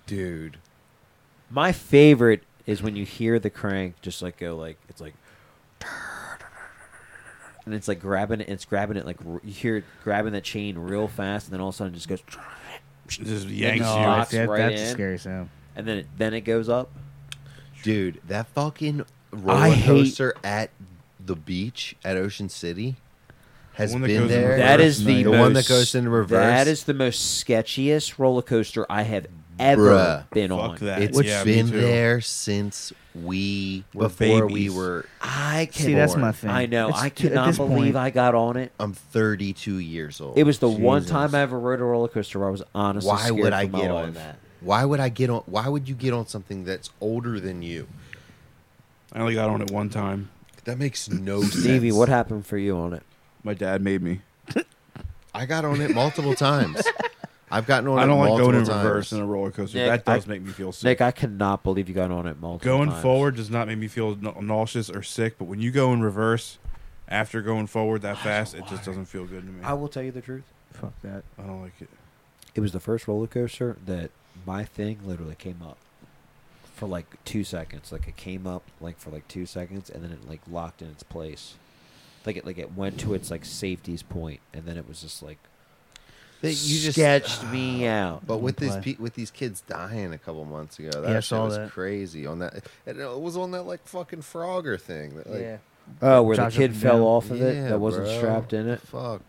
Speaker 1: dude.
Speaker 3: My favorite is when you hear the crank just like go like it's like and it's like grabbing it it's grabbing it like r- you hear it grabbing that chain real fast and then all of a sudden it just goes
Speaker 4: It just yanks
Speaker 2: No,
Speaker 4: you.
Speaker 2: that-
Speaker 3: Rocks
Speaker 2: that-
Speaker 3: right
Speaker 2: that's a
Speaker 3: in.
Speaker 2: scary sound.
Speaker 3: and then it, then it goes up.
Speaker 1: Dude, that fucking
Speaker 3: I
Speaker 1: roller
Speaker 3: hate-
Speaker 1: coaster at the beach at Ocean City has
Speaker 4: one that
Speaker 1: been
Speaker 4: goes in
Speaker 1: there.
Speaker 4: reverse,
Speaker 3: That is the,
Speaker 1: the
Speaker 3: most,
Speaker 1: one that goes in reverse.
Speaker 3: That is the most sketchiest roller coaster I have ever
Speaker 1: Bruh.
Speaker 3: been
Speaker 4: Fuck
Speaker 3: on.
Speaker 4: that.
Speaker 1: It's
Speaker 4: Which- Yeah, me
Speaker 1: been
Speaker 4: too.
Speaker 1: there since we
Speaker 4: We're
Speaker 1: before we
Speaker 4: babies.
Speaker 1: were.
Speaker 3: I can
Speaker 2: See, that's
Speaker 1: bored.
Speaker 2: my thing.
Speaker 3: I know.
Speaker 2: It's-
Speaker 3: I
Speaker 2: at
Speaker 3: cannot
Speaker 2: this
Speaker 3: believe
Speaker 2: point-
Speaker 3: I got on it.
Speaker 1: I'm 32 years old.
Speaker 3: It was the one
Speaker 1: Jesus.
Speaker 3: time I ever rode a roller coaster where I was honestly.
Speaker 1: Why
Speaker 3: scared
Speaker 1: would I
Speaker 3: for my
Speaker 1: get
Speaker 3: life.
Speaker 1: on that? Why would I get on? Why would you get on something that's older than you?
Speaker 4: I only got on it one time.
Speaker 1: That makes no sense.
Speaker 3: Stevie, what happened for you on it?
Speaker 4: My dad made me.
Speaker 1: I got on it multiple times. I've gotten on
Speaker 4: I
Speaker 1: it
Speaker 4: don't like
Speaker 1: multiple
Speaker 4: going in
Speaker 1: times.
Speaker 4: reverse in a roller coaster.
Speaker 3: Nick,
Speaker 4: that does
Speaker 3: I-
Speaker 4: make me feel sick.
Speaker 3: Nick, I cannot believe you got on it multiple
Speaker 4: going
Speaker 3: times.
Speaker 4: forward does not make me feel na- nauseous or sick, but when you go in reverse after going forward that fast, it just doesn't feel good to me.
Speaker 3: I
Speaker 4: I,
Speaker 3: will tell you the truth.
Speaker 2: Fuck that.
Speaker 4: don't like it.
Speaker 3: It was the first roller coaster that my thing literally came up for like two seconds. Like it came up like for like two seconds, and then it like locked in its place. Like it like it went to its like safety's point, and then it was just like
Speaker 1: That you just
Speaker 3: sketched me out.
Speaker 1: But with these
Speaker 2: Play.
Speaker 1: pe- with these kids dying a couple months ago, that
Speaker 2: Yeah, I
Speaker 1: shit
Speaker 2: saw
Speaker 1: was
Speaker 2: that.
Speaker 1: crazy. On that, and it was on that like fucking Frogger thing. That, like,
Speaker 2: yeah.
Speaker 3: Oh, where the
Speaker 2: Josh up
Speaker 3: kid
Speaker 2: and
Speaker 3: fell
Speaker 2: down.
Speaker 3: off of it
Speaker 1: Yeah,
Speaker 3: that wasn't
Speaker 1: bro.
Speaker 3: strapped in it.
Speaker 1: Fuck.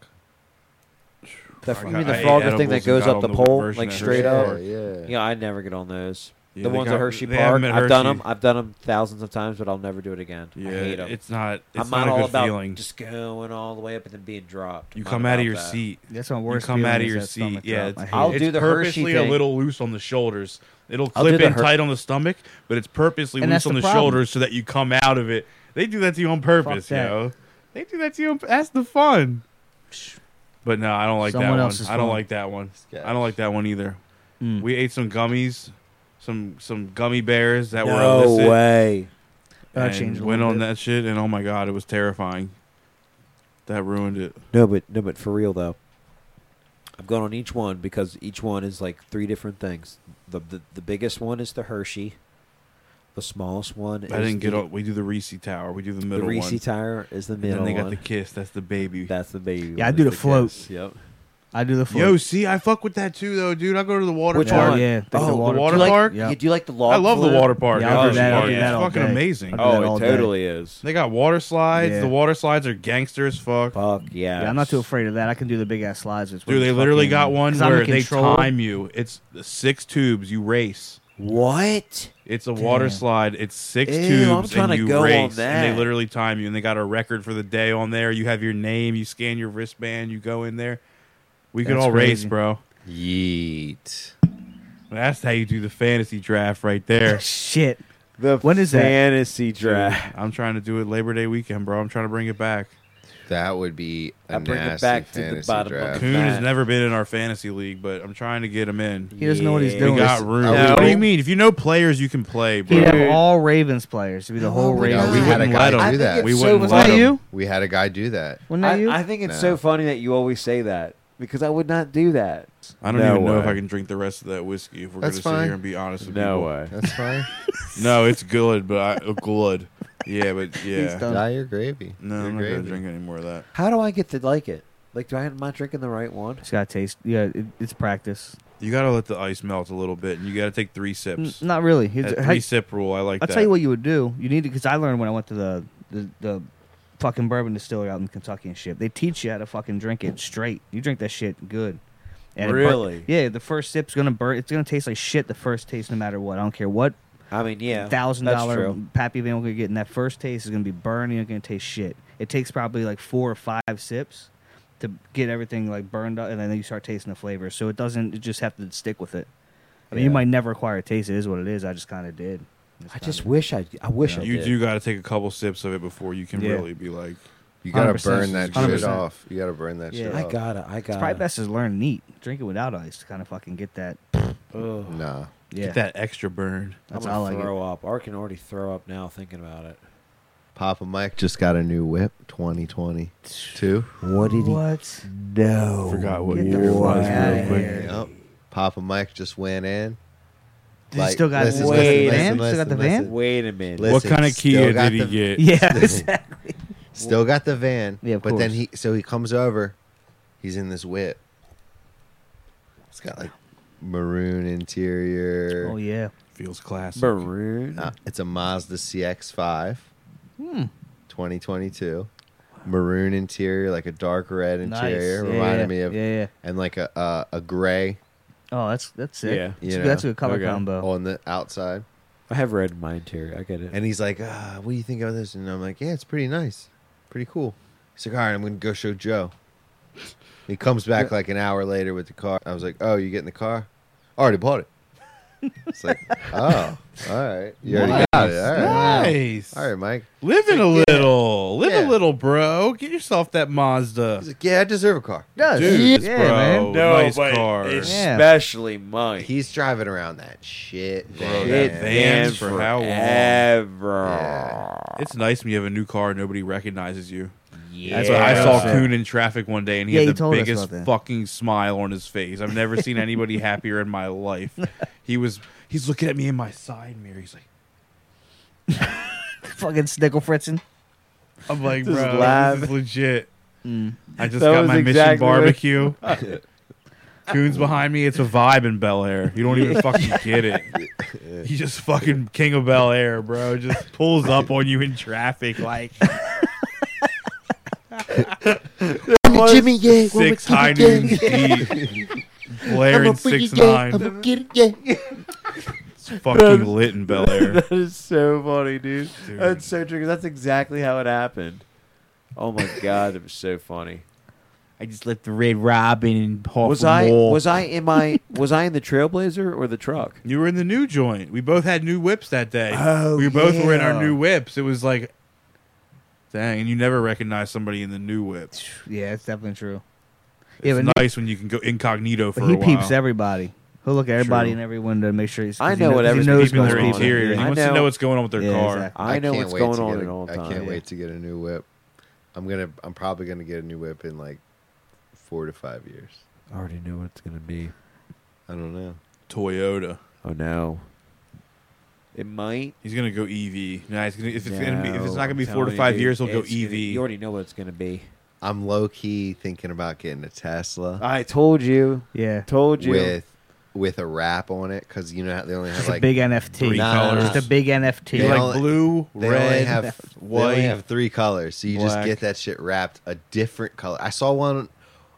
Speaker 3: The,
Speaker 4: I
Speaker 3: you
Speaker 4: got-
Speaker 3: mean
Speaker 4: I
Speaker 3: the
Speaker 4: ate
Speaker 3: Frogger thing
Speaker 4: edibles
Speaker 3: that
Speaker 4: and
Speaker 3: goes
Speaker 4: got
Speaker 3: up
Speaker 4: on
Speaker 3: the
Speaker 4: the
Speaker 3: pole,
Speaker 4: version
Speaker 3: like
Speaker 4: at
Speaker 3: straight
Speaker 1: yeah,
Speaker 3: up?
Speaker 1: Yeah.
Speaker 3: Yeah, I never get on those.
Speaker 4: Yeah,
Speaker 3: the
Speaker 4: they
Speaker 3: ones
Speaker 4: got-
Speaker 3: at Hershey
Speaker 4: they have
Speaker 3: Park,
Speaker 4: 'em at
Speaker 3: I've done
Speaker 4: Hershey.
Speaker 3: them. I've done them thousands of times, but I'll never do it again.
Speaker 4: Yeah,
Speaker 3: I hate them.
Speaker 4: it's not. It's
Speaker 3: I'm not,
Speaker 4: a
Speaker 3: all
Speaker 4: good
Speaker 3: about
Speaker 4: feeling.
Speaker 3: just going all the way up and then being dropped. I'm
Speaker 4: you
Speaker 3: not
Speaker 4: come out of
Speaker 3: about
Speaker 4: your
Speaker 3: that.
Speaker 4: seat.
Speaker 2: That's my
Speaker 4: You
Speaker 2: worst.
Speaker 4: come
Speaker 2: feeling
Speaker 4: out of
Speaker 2: is
Speaker 4: your
Speaker 2: that
Speaker 4: seat.
Speaker 2: stomach
Speaker 4: Yeah,
Speaker 2: drop.
Speaker 4: it's,
Speaker 2: I hate
Speaker 3: I'll
Speaker 2: it.
Speaker 4: it's
Speaker 3: do the Hershey
Speaker 4: purposely a
Speaker 3: thing.
Speaker 4: little loose on the shoulders. It'll
Speaker 3: I'll do
Speaker 4: clip
Speaker 3: the
Speaker 4: in
Speaker 3: Her-
Speaker 4: tight on the stomach, but it's purposely
Speaker 2: And
Speaker 4: loose
Speaker 2: that's
Speaker 4: on
Speaker 2: the
Speaker 4: the
Speaker 2: problem.
Speaker 4: shoulders so that you come out of it. They do that to you on purpose, you
Speaker 2: that.
Speaker 4: know. They do that to you. On, that's the fun. But no, I don't like
Speaker 2: Someone
Speaker 4: that one.
Speaker 2: else's
Speaker 4: I don't
Speaker 2: fun.
Speaker 4: like that one.
Speaker 1: Sketch.
Speaker 4: I don't like that one either.
Speaker 2: Mm.
Speaker 4: We ate some gummies, some some gummy bears that were
Speaker 3: No
Speaker 4: illicit,
Speaker 3: way.
Speaker 2: I
Speaker 4: and
Speaker 2: changed a
Speaker 4: went
Speaker 2: little
Speaker 4: on
Speaker 2: bit.
Speaker 4: that shit, and oh my god, it was terrifying. That ruined it.
Speaker 3: No, but no, but for real though. I've gone on each one because each one is like three different things. The the, the biggest one is the Hershey. The smallest one is
Speaker 4: I didn't get.
Speaker 3: the,
Speaker 4: all We do the Reese Tower. We do the
Speaker 3: the
Speaker 4: middle
Speaker 3: Reese
Speaker 4: one.
Speaker 3: tire is the
Speaker 4: And
Speaker 3: middle
Speaker 4: then they got
Speaker 3: one.
Speaker 4: the kiss. That's the baby.
Speaker 3: That's the baby.
Speaker 2: Yeah, I
Speaker 3: one,
Speaker 2: do
Speaker 3: is
Speaker 2: the float.
Speaker 3: kiss. Yep.
Speaker 2: I do the float.
Speaker 4: Yo, see, I fuck with that too, though, dude. I go to the water
Speaker 3: Which
Speaker 4: park.
Speaker 2: one? Yeah,
Speaker 3: Oh, the
Speaker 4: water
Speaker 3: do you like-
Speaker 4: park?
Speaker 2: Yeah.
Speaker 3: You do you like the log?
Speaker 4: I love the
Speaker 3: float?
Speaker 4: water park.
Speaker 2: Yeah, I'll
Speaker 4: I'll
Speaker 2: do that. I'll do that
Speaker 4: it's
Speaker 2: all
Speaker 4: fucking
Speaker 2: day.
Speaker 4: amazing.
Speaker 2: I'll do that
Speaker 3: Oh,
Speaker 2: all
Speaker 3: it
Speaker 2: day.
Speaker 3: totally is.
Speaker 4: They got water slides.
Speaker 2: Yeah.
Speaker 4: The water slides are gangster as fuck.
Speaker 3: Fuck yeah.
Speaker 2: Yeah, I'm not too afraid of that. I can do the big ass slides. It's
Speaker 4: Dude,
Speaker 2: when
Speaker 4: they
Speaker 2: it's
Speaker 4: literally
Speaker 2: fucking-
Speaker 4: got one
Speaker 2: 'cause I'm in
Speaker 4: where they
Speaker 2: control.
Speaker 4: time you. It's six tubes. You race.
Speaker 3: What?
Speaker 4: It's a water
Speaker 2: Damn.
Speaker 4: slide. It's six
Speaker 3: Ew, I'm
Speaker 4: tubes,
Speaker 3: trying
Speaker 4: and
Speaker 3: to
Speaker 4: you
Speaker 3: go on
Speaker 4: race. And
Speaker 3: that.
Speaker 4: they literally time you, and they got a record for the day on there. You have your name. You scan your wristband. You go in there. We could
Speaker 2: That's
Speaker 4: all race,
Speaker 2: crazy.
Speaker 4: bro.
Speaker 1: Yeet.
Speaker 4: That's how you do the fantasy draft right there.
Speaker 2: Shit.
Speaker 3: The
Speaker 2: When is that?
Speaker 3: fantasy draft?
Speaker 4: I'm trying to do it Labor Day weekend, bro. I'm trying to bring it back.
Speaker 1: That would be a
Speaker 3: I bring it
Speaker 1: nasty
Speaker 3: back to the
Speaker 1: fantasy
Speaker 3: bottom of
Speaker 1: draft.
Speaker 4: Coon has
Speaker 3: Matt.
Speaker 4: never been in our fantasy league, but I'm trying to get him in.
Speaker 2: He doesn't know what he's
Speaker 3: Yeah.
Speaker 4: We
Speaker 2: doing.
Speaker 4: got room.
Speaker 1: Are we-
Speaker 4: What do you mean? If you know players, you can play,
Speaker 2: He'd
Speaker 4: bro.
Speaker 2: have all Ravens players. It'd be the whole
Speaker 3: my
Speaker 1: No,
Speaker 2: Ravens.
Speaker 1: we
Speaker 4: God.
Speaker 1: had a
Speaker 4: wouldn't let
Speaker 1: guy
Speaker 4: him.
Speaker 1: do that.
Speaker 4: We
Speaker 1: We,
Speaker 4: wouldn't
Speaker 2: Was
Speaker 4: let
Speaker 2: that
Speaker 4: him.
Speaker 2: you?
Speaker 1: had a guy do that.
Speaker 2: Wasn't that
Speaker 3: I,
Speaker 2: you?
Speaker 3: I think it's
Speaker 1: No.
Speaker 3: so funny that you always say that because I would not do that.
Speaker 4: I don't
Speaker 3: No
Speaker 4: even know if
Speaker 3: way.
Speaker 4: I can drink the rest of that whiskey if we're
Speaker 1: That's
Speaker 4: gonna sit
Speaker 1: fine.
Speaker 4: here and be honest with
Speaker 3: No
Speaker 4: people.
Speaker 3: way.
Speaker 1: That's fine.
Speaker 4: No, it's good, but I, uh, good. Yeah, but yeah.
Speaker 3: Um,
Speaker 2: done.
Speaker 1: Dye your gravy.
Speaker 4: No,
Speaker 1: your
Speaker 4: I'm not gonna
Speaker 1: gravy.
Speaker 4: drink any more of that.
Speaker 3: How do I get to like it? Like, do I am I drinking the right one?
Speaker 2: It's got taste. Yeah, it, it's practice.
Speaker 4: You gotta let the ice melt a little bit, and you gotta take three
Speaker 2: N-
Speaker 4: sips.
Speaker 2: not really. He's-
Speaker 4: That
Speaker 2: I-
Speaker 4: three sip rule, I like
Speaker 2: I'll
Speaker 4: that.
Speaker 2: tell you what you would do. You need to, because I learned when I went to the, the the fucking bourbon distillery out in Kentucky and shit. They teach you how to fucking drink it straight. You drink that shit good. it bur-
Speaker 3: Really?
Speaker 2: yeah, the first sip's gonna burn. It's gonna taste like shit. The first taste, no matter what. I don't care what
Speaker 3: I mean, yeah,
Speaker 2: thousand
Speaker 3: that's
Speaker 2: dollar
Speaker 3: true.
Speaker 2: pappy van we're getting. That first taste is gonna be burning. It's gonna taste shit. It takes probably like four or five sips to get everything like burned up, and then you start tasting the flavor. So it doesn't. You just have to stick with it. I mean, you
Speaker 3: Yeah.
Speaker 2: might never acquire a taste. It is what it is. I just kind of did. It's
Speaker 3: I just
Speaker 2: kinda-
Speaker 3: wish I. I wish I.
Speaker 4: you
Speaker 3: did.
Speaker 4: do gotta take a couple sips of it before you can
Speaker 2: Yeah.
Speaker 4: really be like.
Speaker 1: You gotta
Speaker 2: 100%.
Speaker 1: burn that shit
Speaker 2: 100%.
Speaker 1: off. You gotta burn that shit
Speaker 2: Yeah.
Speaker 1: off.
Speaker 3: I gotta. I
Speaker 2: It's probably
Speaker 3: gotta.
Speaker 2: best to learn neat. Drink it without ice to kind of fucking get that.
Speaker 3: Ugh.
Speaker 1: Nah.
Speaker 2: Yeah,
Speaker 4: Get that extra burn.
Speaker 2: that's
Speaker 3: I'm
Speaker 2: how I
Speaker 3: gonna
Speaker 2: like it.
Speaker 3: throw up. Or I can already throw up now thinking about it.
Speaker 1: Papa Mike just got a new whip, 2020. Two.
Speaker 3: What did
Speaker 2: What?
Speaker 3: he? No.
Speaker 4: Forgot what
Speaker 2: Get
Speaker 4: year
Speaker 2: the
Speaker 4: it was
Speaker 2: fuck
Speaker 4: real
Speaker 2: outta
Speaker 4: quick.
Speaker 2: here.
Speaker 1: Yep. Papa Mike just went in.
Speaker 2: Does he still got
Speaker 1: listen,
Speaker 3: the
Speaker 1: listen,
Speaker 3: van?
Speaker 1: listen,
Speaker 2: Still got the
Speaker 1: listen,
Speaker 2: van?
Speaker 3: Wait a minute.
Speaker 1: Listen.
Speaker 4: what kind of
Speaker 1: still
Speaker 4: Kia
Speaker 1: got
Speaker 4: did he
Speaker 1: the-
Speaker 4: get?
Speaker 2: Yeah,
Speaker 1: Listen.
Speaker 2: exactly.
Speaker 1: Still got the van.
Speaker 2: Yeah, of
Speaker 1: But then he,
Speaker 2: course.
Speaker 1: so he comes over. He's in this whip. It's got like maroon interior.
Speaker 2: Oh yeah.
Speaker 4: Feels classic.
Speaker 3: Maroon.
Speaker 1: Uh, it's a Mazda CX-5,
Speaker 2: Hmm.
Speaker 1: 2022, maroon interior, like a dark red
Speaker 2: Nice.
Speaker 1: interior,
Speaker 2: Yeah,
Speaker 1: reminded
Speaker 2: yeah,
Speaker 1: me of,
Speaker 2: yeah, yeah.
Speaker 1: and like a uh, a gray
Speaker 2: Oh, that's that's it.
Speaker 3: Yeah.
Speaker 1: You
Speaker 2: That's- that's a
Speaker 1: know.
Speaker 2: good color
Speaker 3: Okay.
Speaker 4: Oh.
Speaker 2: combo.
Speaker 1: on the outside.
Speaker 3: I have red in my interior. I get it.
Speaker 1: And he's like, ah, "What do you think of this?" And I'm like, "Yeah, it's pretty nice, pretty cool." He's like, "All right, I'm gonna go show Joe." He comes back like an hour later with the car. I was like, "Oh, you getting the car?" Already bought it. It's like, "Oh, all right, you already got it. All right,
Speaker 4: Nice.
Speaker 1: all right, Mike."
Speaker 4: Living a little. Live
Speaker 1: Yeah.
Speaker 4: a little, bro. Get yourself that Mazda.
Speaker 1: He's like, "Yeah, I deserve a car."
Speaker 2: Does.
Speaker 4: Dude,
Speaker 2: yeah,
Speaker 4: bro.
Speaker 2: man.
Speaker 4: nice car.
Speaker 2: Yeah.
Speaker 3: especially Mike.
Speaker 1: He's driving around that shit.
Speaker 4: Bro,
Speaker 1: van.
Speaker 4: that van's
Speaker 3: van
Speaker 4: for how long?
Speaker 3: forever.
Speaker 4: It's nice when you have a new car and nobody recognizes you.
Speaker 3: Yeah.
Speaker 2: That's
Speaker 4: So I
Speaker 2: Yeah.
Speaker 4: saw
Speaker 2: Yeah.
Speaker 4: Coon in traffic one day, and he
Speaker 2: Yeah, he
Speaker 4: had the
Speaker 2: told us
Speaker 4: biggest
Speaker 2: about that.
Speaker 4: fucking smile on his face. I've never seen anybody happier in my life. He was he's looking at me in my side mirror. He's like,
Speaker 2: Fucking Snickle Fritzen.
Speaker 4: I'm like,
Speaker 3: Just
Speaker 4: bro,
Speaker 3: laugh. Mm.
Speaker 4: this is legit. I
Speaker 3: That
Speaker 4: just got
Speaker 3: was
Speaker 4: my mission
Speaker 3: exactly what-
Speaker 4: barbecue. Coon's behind me. It's a vibe in Bel Air. You don't even fucking get it. He just fucking king of Bel Air, bro. Just pulls up on you in traffic, like was
Speaker 3: Jimmy, yeah, we're with
Speaker 4: six high
Speaker 3: Jimmy,
Speaker 4: noon deep, blaring six
Speaker 3: yeah, I'm
Speaker 4: nine,
Speaker 3: gonna get it, yeah.
Speaker 4: fucking lit in Bel Air.
Speaker 3: that is so funny, dude.
Speaker 4: Dude.
Speaker 3: That's so true. 'cause That's exactly how it happened. Oh my god, it was so funny.
Speaker 7: I just let the Red Robin and Hoff
Speaker 3: was I was I in my was I in the Trailblazer or the truck?
Speaker 4: You were in the new joint. We both had new whips that day.
Speaker 3: Oh,
Speaker 4: we both were in our new whips. It was like, dang, and you never recognize somebody in the new whip. It's
Speaker 2: Yeah, it's definitely true. Yeah, but,
Speaker 4: nice when you can go incognito for
Speaker 2: but he
Speaker 4: a while.
Speaker 2: peeps everybody. He'll look at everybody
Speaker 4: True.
Speaker 2: in every window to make sure he's. 'cause
Speaker 3: I
Speaker 2: he
Speaker 3: know
Speaker 2: knows-
Speaker 3: what
Speaker 2: he
Speaker 3: everything's
Speaker 2: knows
Speaker 4: Peep in
Speaker 3: going
Speaker 2: what's
Speaker 4: their
Speaker 3: on.
Speaker 4: interior. He
Speaker 3: I
Speaker 4: wants to
Speaker 3: know.
Speaker 4: know what's going on with their
Speaker 2: Yeah,
Speaker 4: car.
Speaker 2: exactly.
Speaker 3: I, know
Speaker 1: can't
Speaker 3: what's
Speaker 1: wait
Speaker 3: going
Speaker 1: to
Speaker 3: on
Speaker 1: get
Speaker 3: at
Speaker 1: a-
Speaker 3: all the time.
Speaker 1: I can't
Speaker 3: yeah.
Speaker 1: wait to get a new whip. I'm gonna. I'm probably gonna get a new whip in like four to five years.
Speaker 3: I already know what it's gonna be.
Speaker 1: I don't know.
Speaker 4: Toyota.
Speaker 3: Oh no. It might.
Speaker 4: He's gonna go EV. Nah, it's gonna, if, it's gonna be, if
Speaker 3: No,
Speaker 4: it's not gonna
Speaker 3: I'm
Speaker 4: be four
Speaker 3: telling
Speaker 4: to
Speaker 3: you,
Speaker 4: five
Speaker 3: dude,
Speaker 4: years, he'll go E
Speaker 3: it's gonna-
Speaker 4: EV.
Speaker 3: You already know what it's gonna be.
Speaker 1: I'm low key thinking about getting a Tesla
Speaker 3: I told you.
Speaker 2: Yeah,
Speaker 3: Told you.
Speaker 1: with with a wrap on it because you know how they only have
Speaker 2: just a
Speaker 1: like
Speaker 2: big NFT.
Speaker 4: three
Speaker 1: Nah, nah,
Speaker 4: colors.
Speaker 1: nah.
Speaker 2: Just a big NFT.
Speaker 1: They
Speaker 4: like
Speaker 1: all-
Speaker 4: blue,
Speaker 1: They only
Speaker 4: red,
Speaker 1: have they
Speaker 4: white.
Speaker 1: only have three colors, so you just
Speaker 4: black.
Speaker 1: get that shit wrapped a different color. I saw one.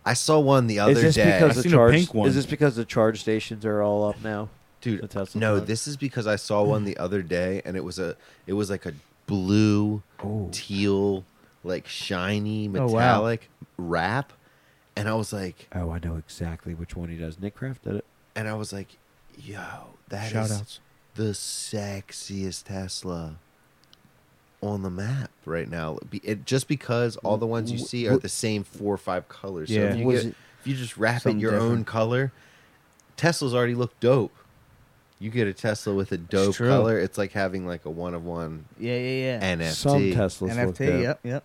Speaker 1: I saw one the other
Speaker 3: Is this
Speaker 1: day.
Speaker 3: because
Speaker 4: I've
Speaker 3: the
Speaker 4: seen a
Speaker 3: charge?
Speaker 4: pink one.
Speaker 3: Is this because the charge stations are all up now?
Speaker 1: dude
Speaker 3: the Tesla
Speaker 1: no
Speaker 3: truck?
Speaker 1: this is because i saw one the other day and it was a it was like a blue teal like shiny
Speaker 2: wow.
Speaker 1: metallic wrap and i was like
Speaker 8: Oh, I know exactly which one he does. Nick Craft did it.
Speaker 1: and i was like yo that is
Speaker 4: Shout outs.
Speaker 1: the sexiest tesla on the map right now Be- it, just because all the ones you see are the same four or five colors so
Speaker 2: Yeah.
Speaker 1: if you,
Speaker 3: Was
Speaker 1: get-
Speaker 3: it-
Speaker 1: if you just wrap it
Speaker 2: Something
Speaker 1: your own
Speaker 2: different.
Speaker 1: color tesla's already look dope you get a tesla with a dope
Speaker 2: true.
Speaker 1: color it's like having like a one of one
Speaker 2: Yeah, yeah, yeah.
Speaker 1: NFT.
Speaker 8: Some Teslas look
Speaker 2: NFT.
Speaker 8: dope.
Speaker 2: Yep, yep.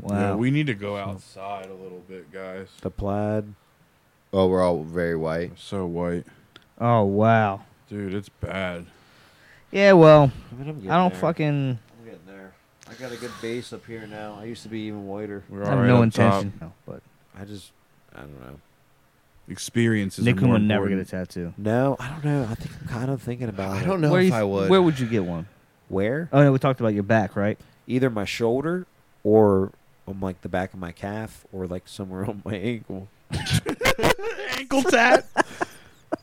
Speaker 2: Wow.
Speaker 4: Yeah, we need to go outside a little bit, guys.
Speaker 8: The plaid.
Speaker 1: Oh, we're all very white.
Speaker 4: I'm so white,
Speaker 2: oh wow.
Speaker 4: dude. It's bad.
Speaker 2: Yeah. Well,
Speaker 3: I, mean, I'm getting
Speaker 2: I don't
Speaker 3: there.
Speaker 2: fucking.
Speaker 3: I'm getting there. I got a good base up here now. I used to be even whiter.
Speaker 4: We're
Speaker 2: I
Speaker 4: all
Speaker 2: have
Speaker 4: right
Speaker 2: no
Speaker 4: up
Speaker 2: intention.
Speaker 4: top.
Speaker 2: No, but
Speaker 3: I just, I don't know.
Speaker 4: Experiences.
Speaker 2: Nick
Speaker 4: are more
Speaker 2: would never get a
Speaker 4: important.
Speaker 2: tattoo.
Speaker 3: No, I don't know. I think I'm kind of thinking about
Speaker 1: I
Speaker 3: it.
Speaker 1: don't know
Speaker 2: where
Speaker 1: if
Speaker 2: you-
Speaker 1: I would.
Speaker 2: Where would you get one?
Speaker 3: where
Speaker 2: Oh no, we talked about your back, right?
Speaker 3: either my shoulder or on like the back of my calf or like somewhere on my ankle.
Speaker 4: ankle tat.